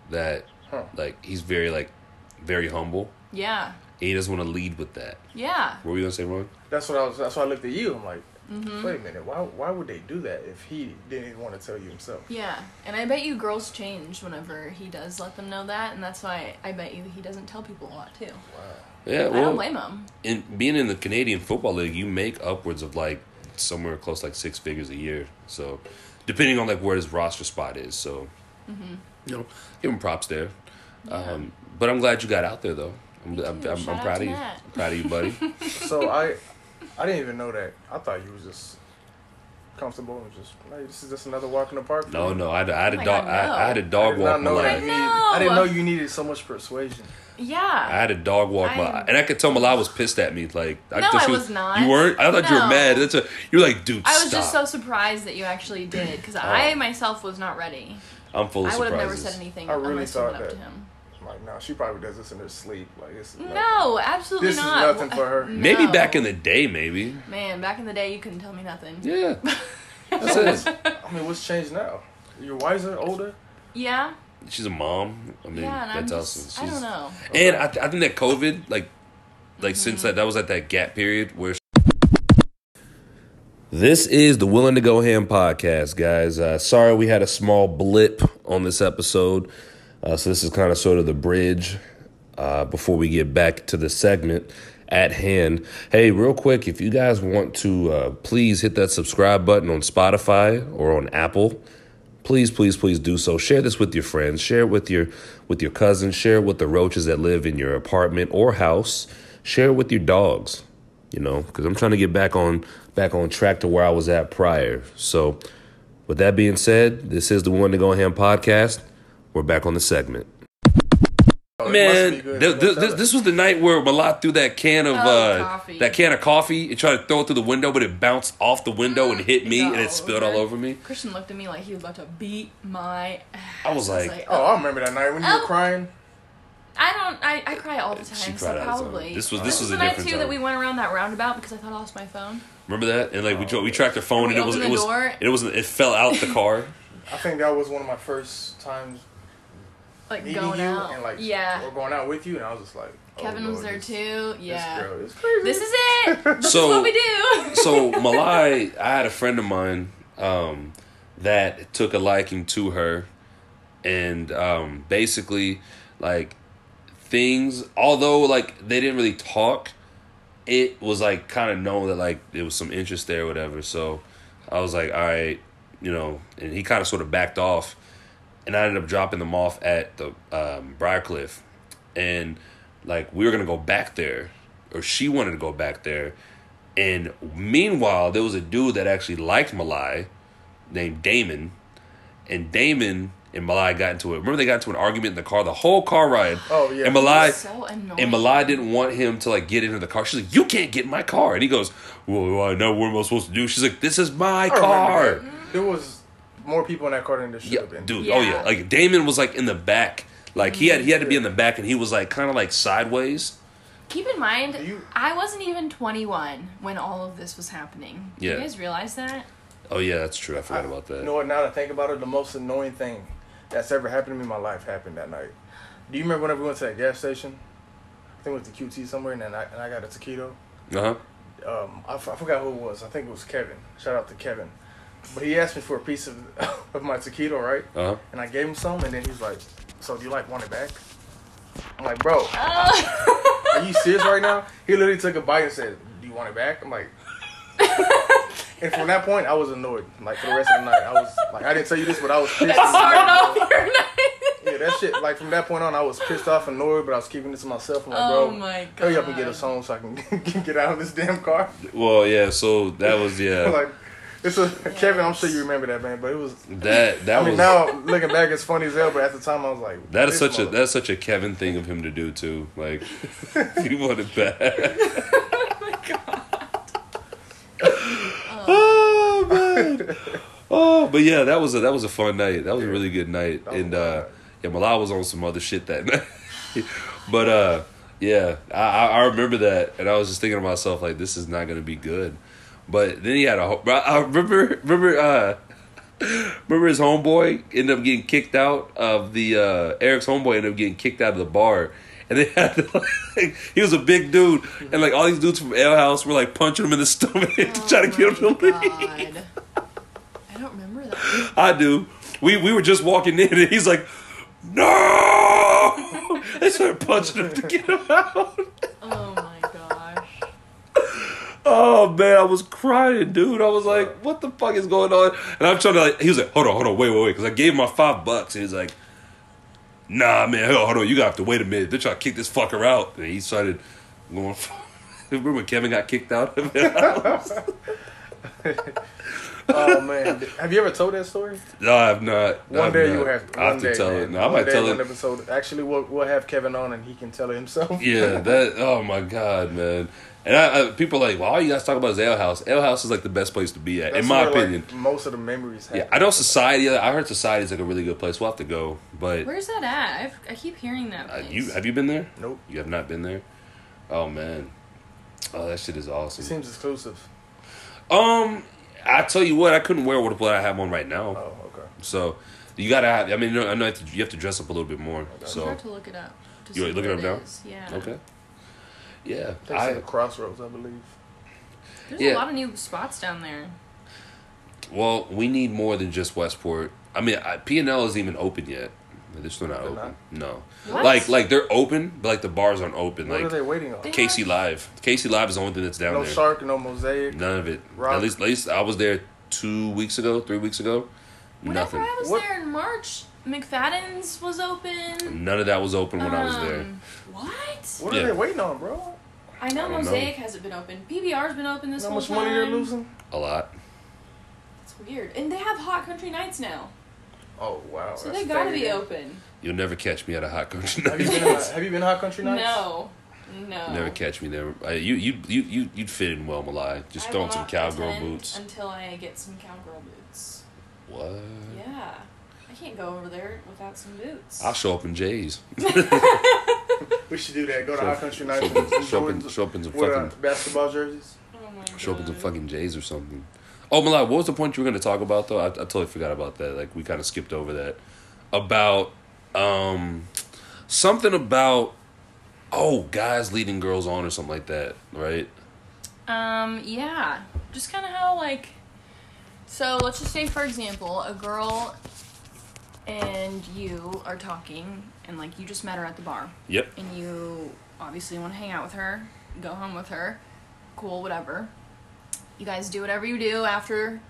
that Huh. like he's very like very humble. yeah, And he doesn't want to lead with that. yeah. What were you gonna say, Ron? That's what I was. That's why I looked at you. I'm like, Mm-hmm. wait a minute. Why? Why would they do that if he didn't even want to tell you himself? Yeah, and I bet you girls change whenever he does let them know that, and that's why I bet you he doesn't tell people a lot too. Yeah, I well, don't blame him. in being in the Canadian Football League, you make upwards of like somewhere close to, like six figures a year. So, depending on like where his roster spot is, so Mm-hmm. you know, give him props there. Um, but I'm glad you got out there though. I'm Me I'm, too. I'm, Shout I'm out proud to of you. Matt. I'm proud of you, buddy. So I, I didn't even know that. I thought you was just comfortable and just. Hey, this is just another walk in the park. for no, you." no, I, had- I had Oh a my dog. God, no. I, I had a I dog did walk not my know that. life. You life. needed, I I didn't know. know you needed so much persuasion. I Yeah. had a dog walk my, I'm- and I could tell Malai was pissed at me. Like, No, thought I she was not. You weren't. I thought you were No. mad. That's a, you were like, dude, I was stop. just so surprised that you actually did, because I myself was not ready. I'm full of I would surprises. have never said anything I really unless you went thought up that. to him. I'm like, no, she probably does this in her sleep. Like, this is nothing. No, absolutely This is not. nothing for her. Maybe No. back in the day, maybe. Man, back in the day, you couldn't tell me nothing. Yeah. That's it. I mean, what's changed now? You're wiser, Uh, older. Yeah. she's a mom. I mean, yeah, and I'm that's just, awesome. I She's, don't know. And I, th- I think that COVID, like, like since that that was at that gap period where. This is the Willing to Go Ham podcast, guys. Uh, sorry we had a small blip on this episode, uh, so this is kind of sort of the bridge uh, before we get back to the segment at hand. Hey, real quick, if you guys want to, uh, please hit that subscribe button on Spotify or on Apple please please please do so share this with your friends share it with your with your cousins share it with the roaches that live in your apartment or house share it with your dogs you know because i'm trying to get back on back on track to where i was at prior so with that being said this is the one to go ham podcast we're back on the segment Oh, it must Man, be th- th- good. Don't tell this, us. this was the night where Malat threw that can of Oh, uh, coffee. that can of coffee and tried to throw it through the window, but it bounced off the Mm, window and hit me, and all it spilled over. all over me. Christian looked at me like he was about to beat my ass. I was like, Oh, I remember that night when you Oh. were crying. I don't. I, I cry all the time. She so cried out. probably. This was this was the a night different too time. that we went around that roundabout because I thought I lost my phone. Remember that? And like we tra- we tracked her phone, We and it was opened it the was door. it was it fell out the car. I think that was one of my first times Like meeting going you out. and like yeah. or going out with you, and I was just like, oh, Kevin was Lord, there this- too. This Yeah. girl is crazy. This, is it. This So- is what we do. so Malai, I had a friend of mine um, that took a liking to her, and um, basically, like things. Although like they didn't really talk, it was like kind of known that like there was some interest there, or whatever. So I was like, all right, you know, and he kind of sort of backed off, and I ended up dropping them off at the um, Briarcliff, and like we were gonna go back there, or she wanted to go back there. And meanwhile, there was a dude that actually liked Malai named Damon. And Damon and Malai got into it. Remember, they got into an argument in the car the whole car ride. Oh, yeah. And Malai, so annoying. and Malai didn't want him to like get into the car. She's like, "You can't get in my car." And he goes, "Well, I know what am I supposed to do?" She's like, "This is my I remember car." that. There was more people in that car than there should Yeah, have been. dude. Yeah. Oh yeah. Like Damon was like in the back. Like he had he had to be in the back, and he was like kind of like sideways. Keep in mind, You- I wasn't even 21 when all of this was happening. Do Yeah. You guys realize that? Oh yeah, that's true. I forgot about that. You know what? Now that I think about it, the most annoying thing that's ever happened to me in my life happened that night. Do you remember whenever we went to that gas station? I think it was the QT somewhere, and then I, and I got a taquito. Uh huh. um, I, f- I forgot who it was. I think it was Kevin. Shout out to Kevin. But he asked me for a piece of of my taquito, right? Uh huh. And I gave him some, and then he's like, "So do you like want it back?" I'm like, "Bro, Oh. are you serious right now?" He literally took a bite and said, "Do you want it back?" I'm like. And from that point, I was annoyed. Like for the rest of the night, I was like, I didn't tell you this, but I was pissed. Started off your night. Yeah, that shit. Like from that point on, I was pissed off, annoyed, but I was keeping it to myself. I'm like, Oh bro, my hurry up and get God. us home so I can get out of this damn car. Well, yeah. So that was yeah. like it's a Kevin. I'm sure you remember that man, but it was. that that I mean, was now looking back, it's funny as hell. But at the time, I was like, that is this such a mother- that's such a Kevin thing of him to do too. Like he wanted bad. oh man. Oh, but yeah, that was a that was a fun night. That was a really good night. That was And a uh wild yeah, Malai was on some other shit that night. but uh yeah, I, I I remember that and I was just thinking to myself like this is not gonna be good. But then he had a ho- I I remember remember uh Remember his homeboy ended up getting kicked out of the uh, Eric's homeboy ended up getting kicked out of the bar, and they had to, like, he was a big dude, and like all these dudes from Ale House were like punching him in the stomach to try to Oh get him to my leave. God. I don't remember that. I do. We we were just walking in, and he's like, "No!" they started punching him to get him out. Oh my gosh. Oh man, I was crying, dude. I was like, "What the fuck is going on?" And I'm trying to like. He was like, "Hold on, hold on, wait, wait, wait," because I gave him my five bucks, and he's like, "Nah, man, hold on, hold on, you gotta have to wait a minute. They're trying to kick this fucker out." And he started going. Remember when Kevin got kicked out of it? Oh man, have you ever told that story? no, I've not. One I've day not. you have. One I have day, to tell man. it. No, I one might day, tell one it. episode. Actually, we'll we'll have Kevin on, and he can tell it himself. Yeah, that. Oh my god, man. And I, I, people are like, well, all you guys talk about is Ale House. Ale House is like the best place to be at, That's in my where, like, opinion. most of the memories. Happen. yeah, I know society. I heard society is like a really good place. We'll have to go, but Where's that at? I've, I keep hearing that. Uh, Place. you have you been there? Nope. You have not been there. Oh man, oh that shit is It awesome. seems exclusive. Um, I tell you what, I couldn't wear what what I have on right Oh, now. okay. So you gotta have. I mean, you know, I know you have, to, you have to dress up a little bit more. I'm So to look it up. to You see wanna look what it up now? is. Yeah. okay, yeah. They said the I crossroads, I believe. There's Yeah. a lot of new spots down there. well, we need more than just Westport. I mean, P and L isn't even open yet. They're still not They're open. not? No, What? like like they're open, but like the bars aren't open. What are Like they waiting on? They- Casey Live, Casey Live is the only thing that's down No there. Mm, shark, no mosaic. None of it. Rock. At least, at least I was there two weeks ago, three weeks ago, Whenever Nothing. I was What- there in March, McFadden's was open. None of that was open when I was there. Um, What? What Yeah. are they waiting on, bro? I know don't know. Mosaic hasn't been open. PBR's been open this You know how whole much money they're time. losing? A lot. It's weird. And they have hot country nights now. Oh wow. So that's they gotta fair. be open. You'll never catch me at a hot country Have you night. been? in- Have you been hot country nights? No. No. You'll never catch me there. I, you you you you you'd fit in well, Malai. Just I throw on will some not cowgirl attend boots. Until I get some cowgirl boots. What? Yeah. I can't go over there without some boots. I'll show up in J's. We should do that. Go to Show- hot country nights. show- and- and show up in- join show up in some with, uh, fucking- basketball jerseys. oh my god. Show up in some fucking J's or something. Oh, Malai, what was the point you were going to talk about though? I, I totally forgot about that. Like we kind of skipped over that about um something about oh guys leading girls on or something like that, right? Um, yeah. Just kind of how, like. So let's just say, for example, a girl and you are talking, and, like, you just met her at the bar, Yep. and you obviously want to hang out with her, go home with her, cool, whatever. You guys do whatever you do after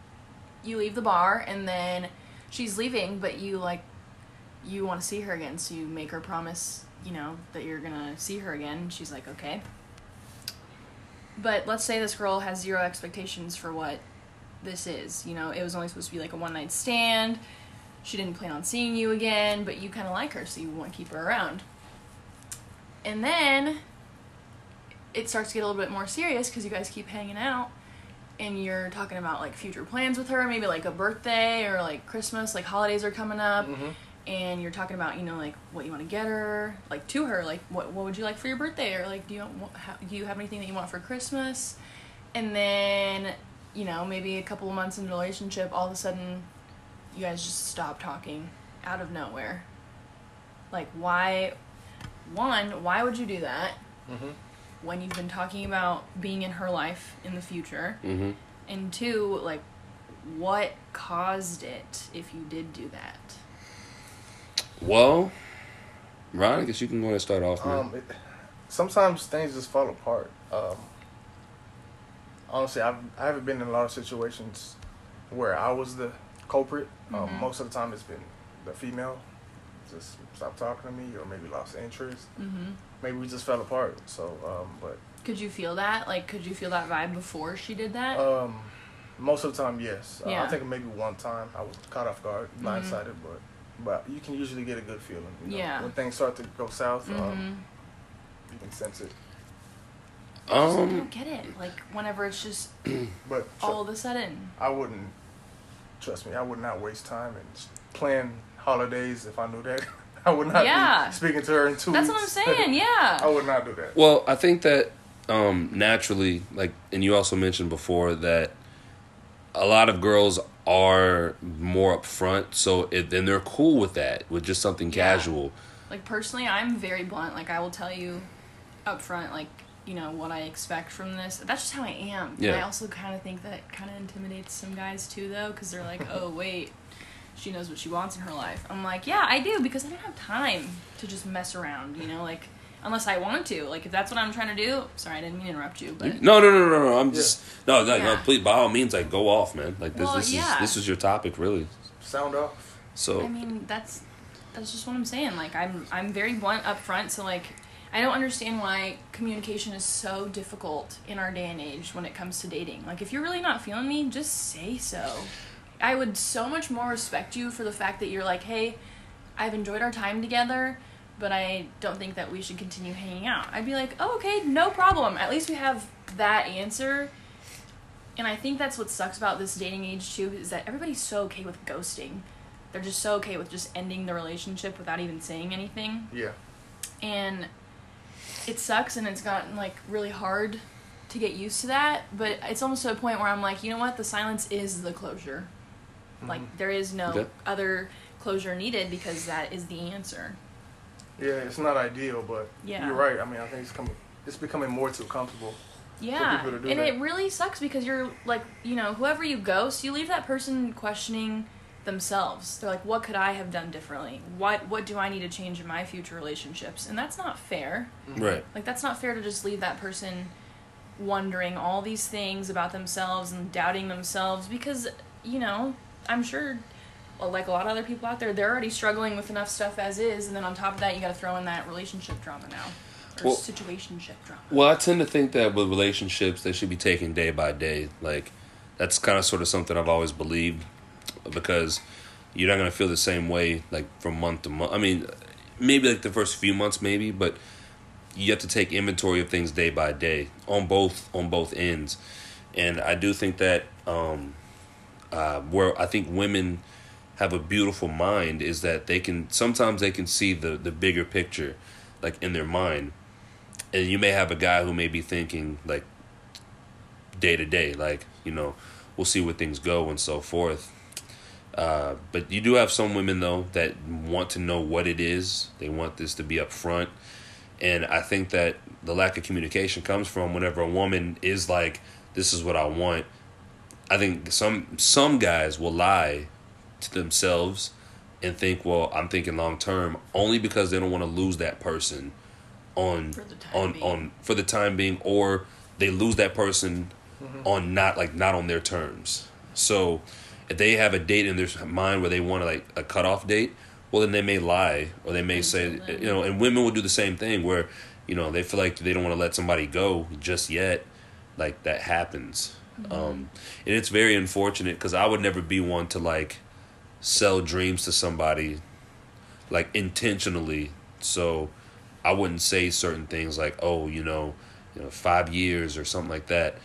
you leave the bar, and then she's leaving, but you, like, you want to see her again, so you make her promise, you know, that you're gonna see her again. She's like, okay. But let's say this girl has zero expectations for what this is. You know, it was only supposed to be like a one night stand. She didn't plan on seeing you again, but you kind of like her, so you want to keep her around. And then it starts to get a little bit more serious because you guys keep hanging out and you're talking about like future plans with her, maybe like a birthday or like Christmas, like holidays are coming up. Mm-hmm. And you're talking about, you know, like what you want to get her, like to her, like what what would you like for your birthday, or like do you want- ha- do you have anything that you want for Christmas? And then, you know, maybe a couple of months in the relationship, all of a sudden, you guys just stop talking out of nowhere. Like why? One, why would you do that? Mm-hmm. When you've been talking about being in her life in the future Mm-hmm. and two like what caused it if you did do that Well, Ron, I guess you can go ahead and start off, man. Um, it, sometimes things just fall apart. Um, honestly, I've I haven't been in a lot of situations where I was the culprit. Um, Mm-hmm. Most of the time, it's been the female just stopped talking to me, or maybe lost interest. mm-hmm. Maybe we just fell apart. So, um, but could you feel that like could you feel that vibe before she did that Um, most of the time, yes. Uh, Yeah. Mm-hmm. I think maybe one time I was caught off guard, blindsided, but but you can usually get a good feeling. You know? Yeah. When things start to go south, mm-hmm. um, you can sense it. i Um, don't get it like whenever it's just But tr- all of a sudden I wouldn't. Trust me, I would not waste time and s- plan holidays if I knew that. I would not Yeah. be speaking to her in two that's what i'm weeks. saying I yeah would not do that. Well, I think that um, naturally, like, and you also mentioned before that a lot of girls are more upfront, so it, then they're cool with that, with just something Yeah. casual. like personally i'm very blunt like i will tell you up front like you know what i expect from this that's just how i am Yeah. and i also kind of think that kind of intimidates some guys too though because they're like oh wait she knows what she wants in her life i'm like yeah i do because i don't have time to just mess around you know like unless i want to like if that's what i'm trying to do sorry i didn't mean to interrupt you but No, no, no, no, no. I'm just no, no, no. Yeah. Please, by all means, like, go off, man. Like this, Well, this yeah. is this is your topic, really. Sound off. So I mean, that's that's just what I'm saying. Like I'm I'm very blunt up front, so like I don't understand why communication is so difficult in our day and age when it comes to dating. Like if you're really not feeling me, just say so. I would so much more respect you for the fact that you're like, "Hey, I've enjoyed our time together, but I don't think that we should continue hanging out." I'd be like, "Oh, okay, no problem. At least we have that answer." And I think that's what sucks about this dating age too is that everybody's so okay with ghosting they're just so okay with just ending the relationship without even saying anything Yeah. and it sucks and it's gotten like really hard to get used to that but it's almost to a point where i'm like you know what the silence is the closure Mm-hmm. like there is no Okay. other closure needed because that is the answer Yeah, it's not ideal, but Yeah. you're right. I mean, I think it's coming. It's becoming more too comfortable. yeah people to and do it that. really sucks because you're like you know whoever you ghost you leave that person questioning themselves they're like what could i have done differently what what do i need to change in my future relationships and that's not fair right, Like that's not fair to just leave that person wondering all these things about themselves and doubting themselves because you know, I'm sure like a lot of other people out there, they're already struggling with enough stuff as is, and then on top of that, you got to throw in that relationship drama now, or Well- situationship drama. Well, I tend to think that with relationships, they should be taken day by day. Like, that's kind of sort of something I've always believed because you're not going to feel the same way, like, from month to month. I mean, maybe like the first few months, maybe, but you have to take inventory of things day by day on both on both ends and i do think that um uh where i think women have a beautiful mind is that they can sometimes they can see the the bigger picture like in their mind and you may have a guy who may be thinking like day to day like you know we'll see where things go and so forth uh, but you do have some women though that want to know what it is they want this to be up front and i think that the lack of communication comes from whenever a woman is like this is what i want i think some some guys will lie to themselves and think well i'm thinking long term only because they don't want to lose that person on For the time on being. on for the time being or they lose that person Mm-hmm. on not like not on their terms so if they have a date in their mind where they want to like a cutoff date well then they may lie or they may say Absolutely. you know and women will do the same thing where you know they feel like they don't want to let somebody go just yet like that happens Mm-hmm. um and it's very unfortunate because i would never be one to like sell dreams to somebody like intentionally so i wouldn't say certain things like oh you know you know five years or something like that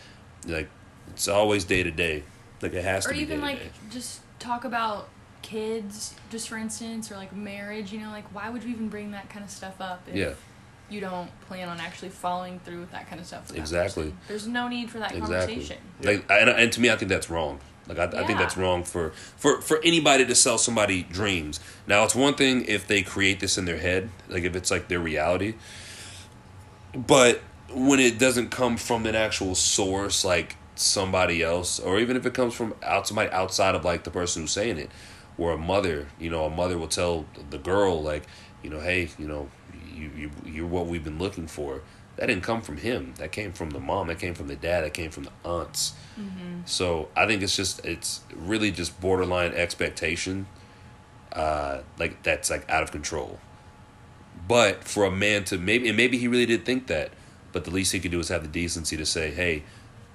like it's always day to day like it has or to be even day like to day. just talk about kids just for instance or like marriage you know like why would you even bring that kind of stuff up if yeah you don't plan on actually following through with that kind of stuff with that Exactly. person? there's no need for that exactly conversation like and, and to me i think that's wrong like I, I Yeah. think that's wrong for, for for anybody to sell somebody dreams now it's one thing if they create this in their head like if it's like their reality but when it doesn't come from an actual source like somebody else or even if it comes from out somebody outside of like the person who's saying it or a mother you know a mother will tell the girl like you know hey you know you, you you're what we've been looking for that didn't come from him that came from the mom that came from the dad that came from the aunts so i think it's just it's really just borderline expectation uh like that's like out of control but for a man to maybe and maybe he really did think that, but the least he could do is have the decency to say, "Hey,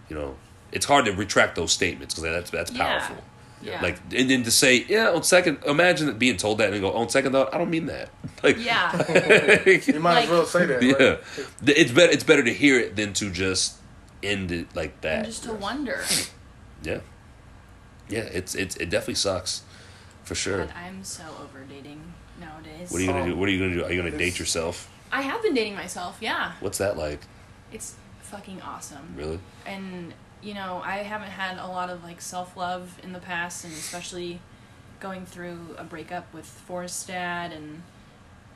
you know, it's hard to retract those statements because that's that's Yeah. powerful." Yeah. Like and then to say, "Yeah, on second, imagine it being told that and go on second thought, I don't mean that." Like yeah You might as Like- well say that. right? yeah, Th- it's better it's better to hear it than to just end it like that. and just to wonder yeah, yeah, it's it's it definitely sucks, for sure. God, i'm so over dating nowadays What are you gonna do? What are you gonna do? Are you gonna date It's- yourself? i have been dating myself yeah What's that like? it's fucking awesome Really? and you know i haven't had a lot of like self-love in the past and especially going through a breakup with forrest dad and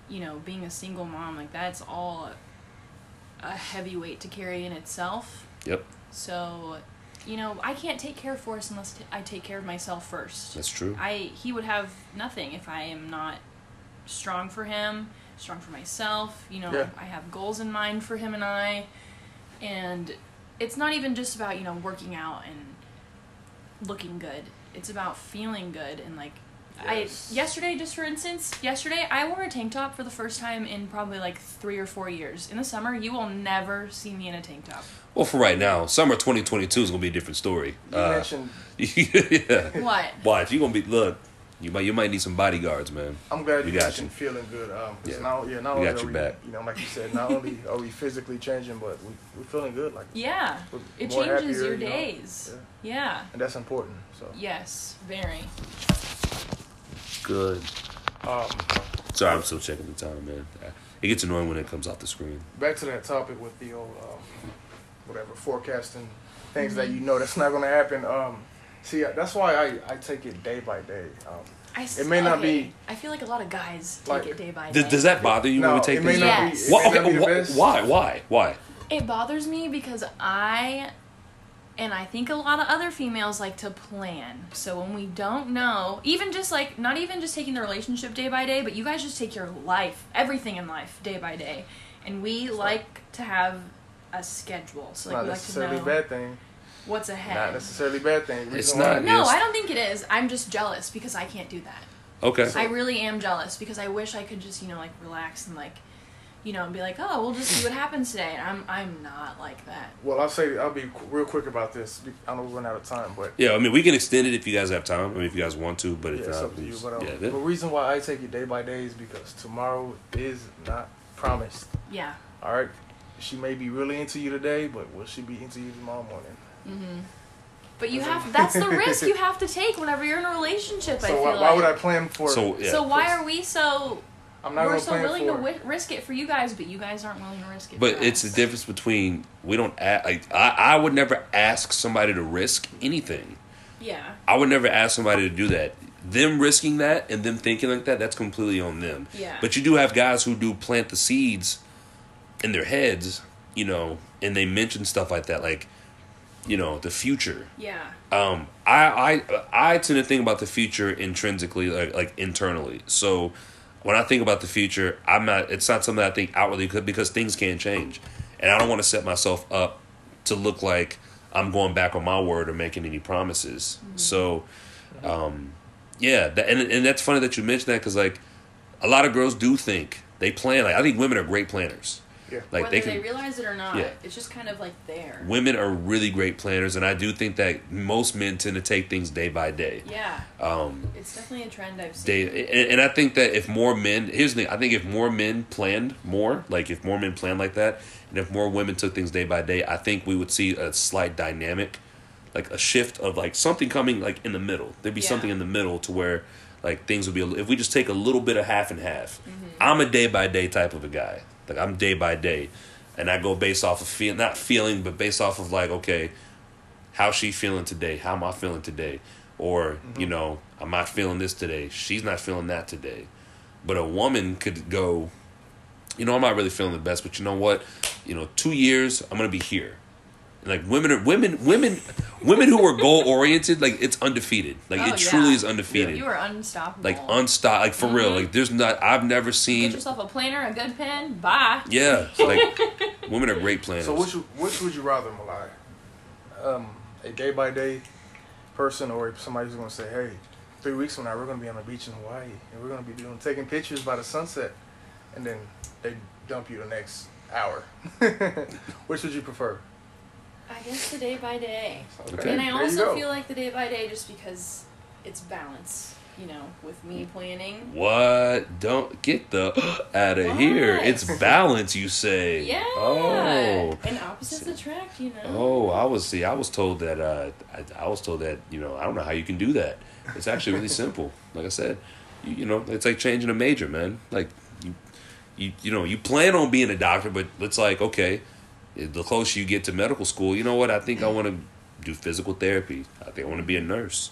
you know being a single mom like that's all a heavy weight to carry in itself Yep, so you know i can't take care of forrest unless t- I take care of myself first that's true. I he would have nothing if I am not strong for him, strong for myself. You know, Yeah. I have goals in mind for him and I, and it's not even just about you know working out and looking good. It's about feeling good and like. Yes. I yesterday just for instance yesterday I wore a tank top for the first time in probably like 3 or 4 years. In the summer you will never see me in a tank top. Well, for right now, summer 2022 is gonna be a different story. You Uh, mentioned. yeah. What? Watch, you gonna be look. You might you might need some bodyguards, man. I'm glad we you got mentioned feeling good. Um, 'cause Yeah. now, yeah, not We only got are your we, back. you know, like you said, not only are we physically changing, but we we're feeling good. Like Yeah. we're It more changes happier, your you know? days. Yeah. Yeah. and that's important. So Yes, very. Good. um, Sorry, I'm still checking the time, man. It gets annoying when it comes off the screen. back to that topic with the old um, whatever forecasting things that you know that's not going to happen. Um, see, that's why I, I take it day by day. Um, I s- It may not okay. be- I feel like a lot of guys take Like- it day by day. Does, does that bother you no, when we take it may these? not Yes. be. It Why, may not be okay, the why- best. why? Why? Why? it bothers me because I, and I think a lot of other females like to plan. So when we don't know, even just like not even just taking the relationship day by day, but you guys just take your life, everything in life, day by day, and we like to have a schedule. So like not we like to necessarily know. a bad thing. what's Not ahead. necessarily a bad thing. It's Reason why- not. No, Yes. I don't think it is. I'm just jealous because I can't do that. Okay. I really am jealous because I wish I could just, you know, like relax and like, you know, and be like, oh, we'll just see what happens today. And I'm, I'm not like that. Well, I'll say I'll be qu- real quick about this. Be- I know we're running out of time, but Yeah, I mean, we can extend it if you guys have time. I mean, if you guys want to, but if yeah, it's not, up to you. just- But um, yeah, the that- reason why I take it day by day is because tomorrow is not promised. Yeah. All right, she may be really into you today, but will she be into you tomorrow morning? But you have, that's the risk you have to take whenever you're in a relationship, So I feel why, like. why would I plan for? So, yeah. So why are we so, I'm not we're gonna so plan willing to for. wi- risk it for you guys, but you guys aren't willing to risk it but for it's the us. difference between we don't a like I, I would never ask somebody to risk anything. Yeah. I would never ask somebody to do that. Them risking that and them thinking like that, that's completely on them. Yeah. But you do have guys who do plant the seeds in their heads, you know, and they mention stuff like that, like, you know, the future. Yeah. Um, I, I I tend to think about the future intrinsically, like like internally. So when I think about the future, I'm not. It's not something I think outwardly could because things can change, and I don't want to set myself up to look like I'm going back on my word or making any promises. So, um, yeah, that, and and that's funny that you mentioned that because like a lot of girls do think they plan. Like I think women are great planners. Yeah. Like Whether they they, can realize it or not, Yeah. it's just kind of like there. women are really great planners and i do think that most men tend to take things day by day yeah. um It's definitely a trend I've seen. day and, and i think that if more men here's the thing i think if more men planned more like if more men planned like that and if more women took things day by day i think we would see a slight dynamic like a shift of like something coming like in the middle there'd be Yeah. something in the middle to where like things would be a li- if we just take a little bit of half and half i'm a day by day type of a guy like i'm day by day and i go based off of feel not feeling but based off of like okay how's she feeling today? How am I feeling today? Or, you know, I'm not feeling this today. She's not feeling that today. But a woman could go, you know, I'm not really feeling the best, but you know what? You know, two years, I'm gonna be here. And like women are women women women who are goal oriented, like it's undefeated. Like Oh, it truly yeah. is undefeated. You are unstoppable. Like unstop like for real. Mhm. Like there's not I've never Get seen yourself a planner, a good pen. Bye. Yeah. Like women are great planners. So which which would you rather, Malai? Um, a day by day person or somebody who's gonna say, hey, three weeks from now we're gonna be on the beach in Hawaii and we're gonna be doing taking pictures by the sunset, and then they dump you the next hour. which would you prefer? I guess the day by day. Okay. And I there you also go. feel like the day by day just because it's balance, you know, with me planning. What? Don't get the out of here. What? It's balance, you say. Yeah. Oh. And opposites attract, you know. Oh, I was see. I was told that. Uh, I, I was told that. You know, I don't know how you can do that. It's actually really simple. Like I said, you, you know, it's like changing a major, man. Like you, you, you know, you plan on being a doctor, but it's like okay, the closer you get to medical school, you know what? I think I want to do physical therapy. I think I want to be a nurse.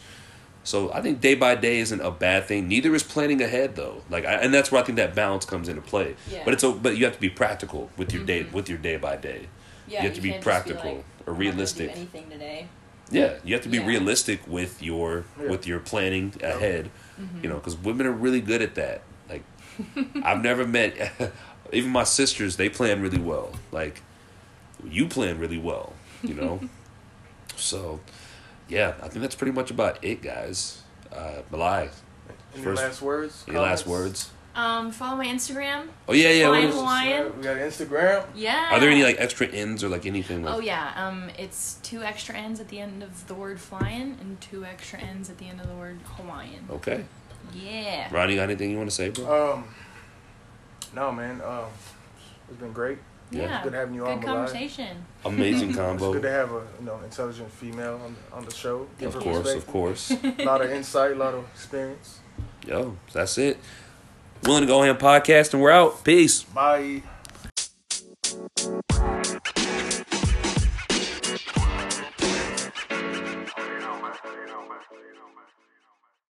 So I think day by day isn't a bad thing. Neither is planning ahead though. Like, I, and that's where I think that balance comes into play. Yeah. But it's a, but you have to be practical with your day with your day by day. Yeah, you have to be can't just practical or like, "I'm not gonna do realistic. anything today. Yeah, you have to be Yeah. realistic with your Yeah. with your planning ahead. Mm-hmm. You know, because women are really good at that. Like, I've never met even my sisters. They plan really well. Like, you plan really well. You know, so yeah, I think that's pretty much about it, guys. Uh, Malai, Any First- last words? any last comments? words? Um, follow my Instagram. Oh yeah, yeah. what Fine is- line. Hawaiian? Uh, we got Instagram. Yeah. are there any like extra ends or like anything? Like, Oh yeah, um, it's two extra ends at the end of the word flying and two extra ends at the end of the word Hawaiian. Okay, Yeah. Ronnie, got anything you want to say, bro? Um, no man, um, it's been great. Yeah. Yeah. Good having you on, Good Malai. conversation. Amazing It's good to combo. have a you know intelligent female on, on the show. Give Of her course, of perspective. course. A lot of insight, a lot of experience. Yo, that's it. Willing to go ahead and podcast, and we're out. Peace. Bye.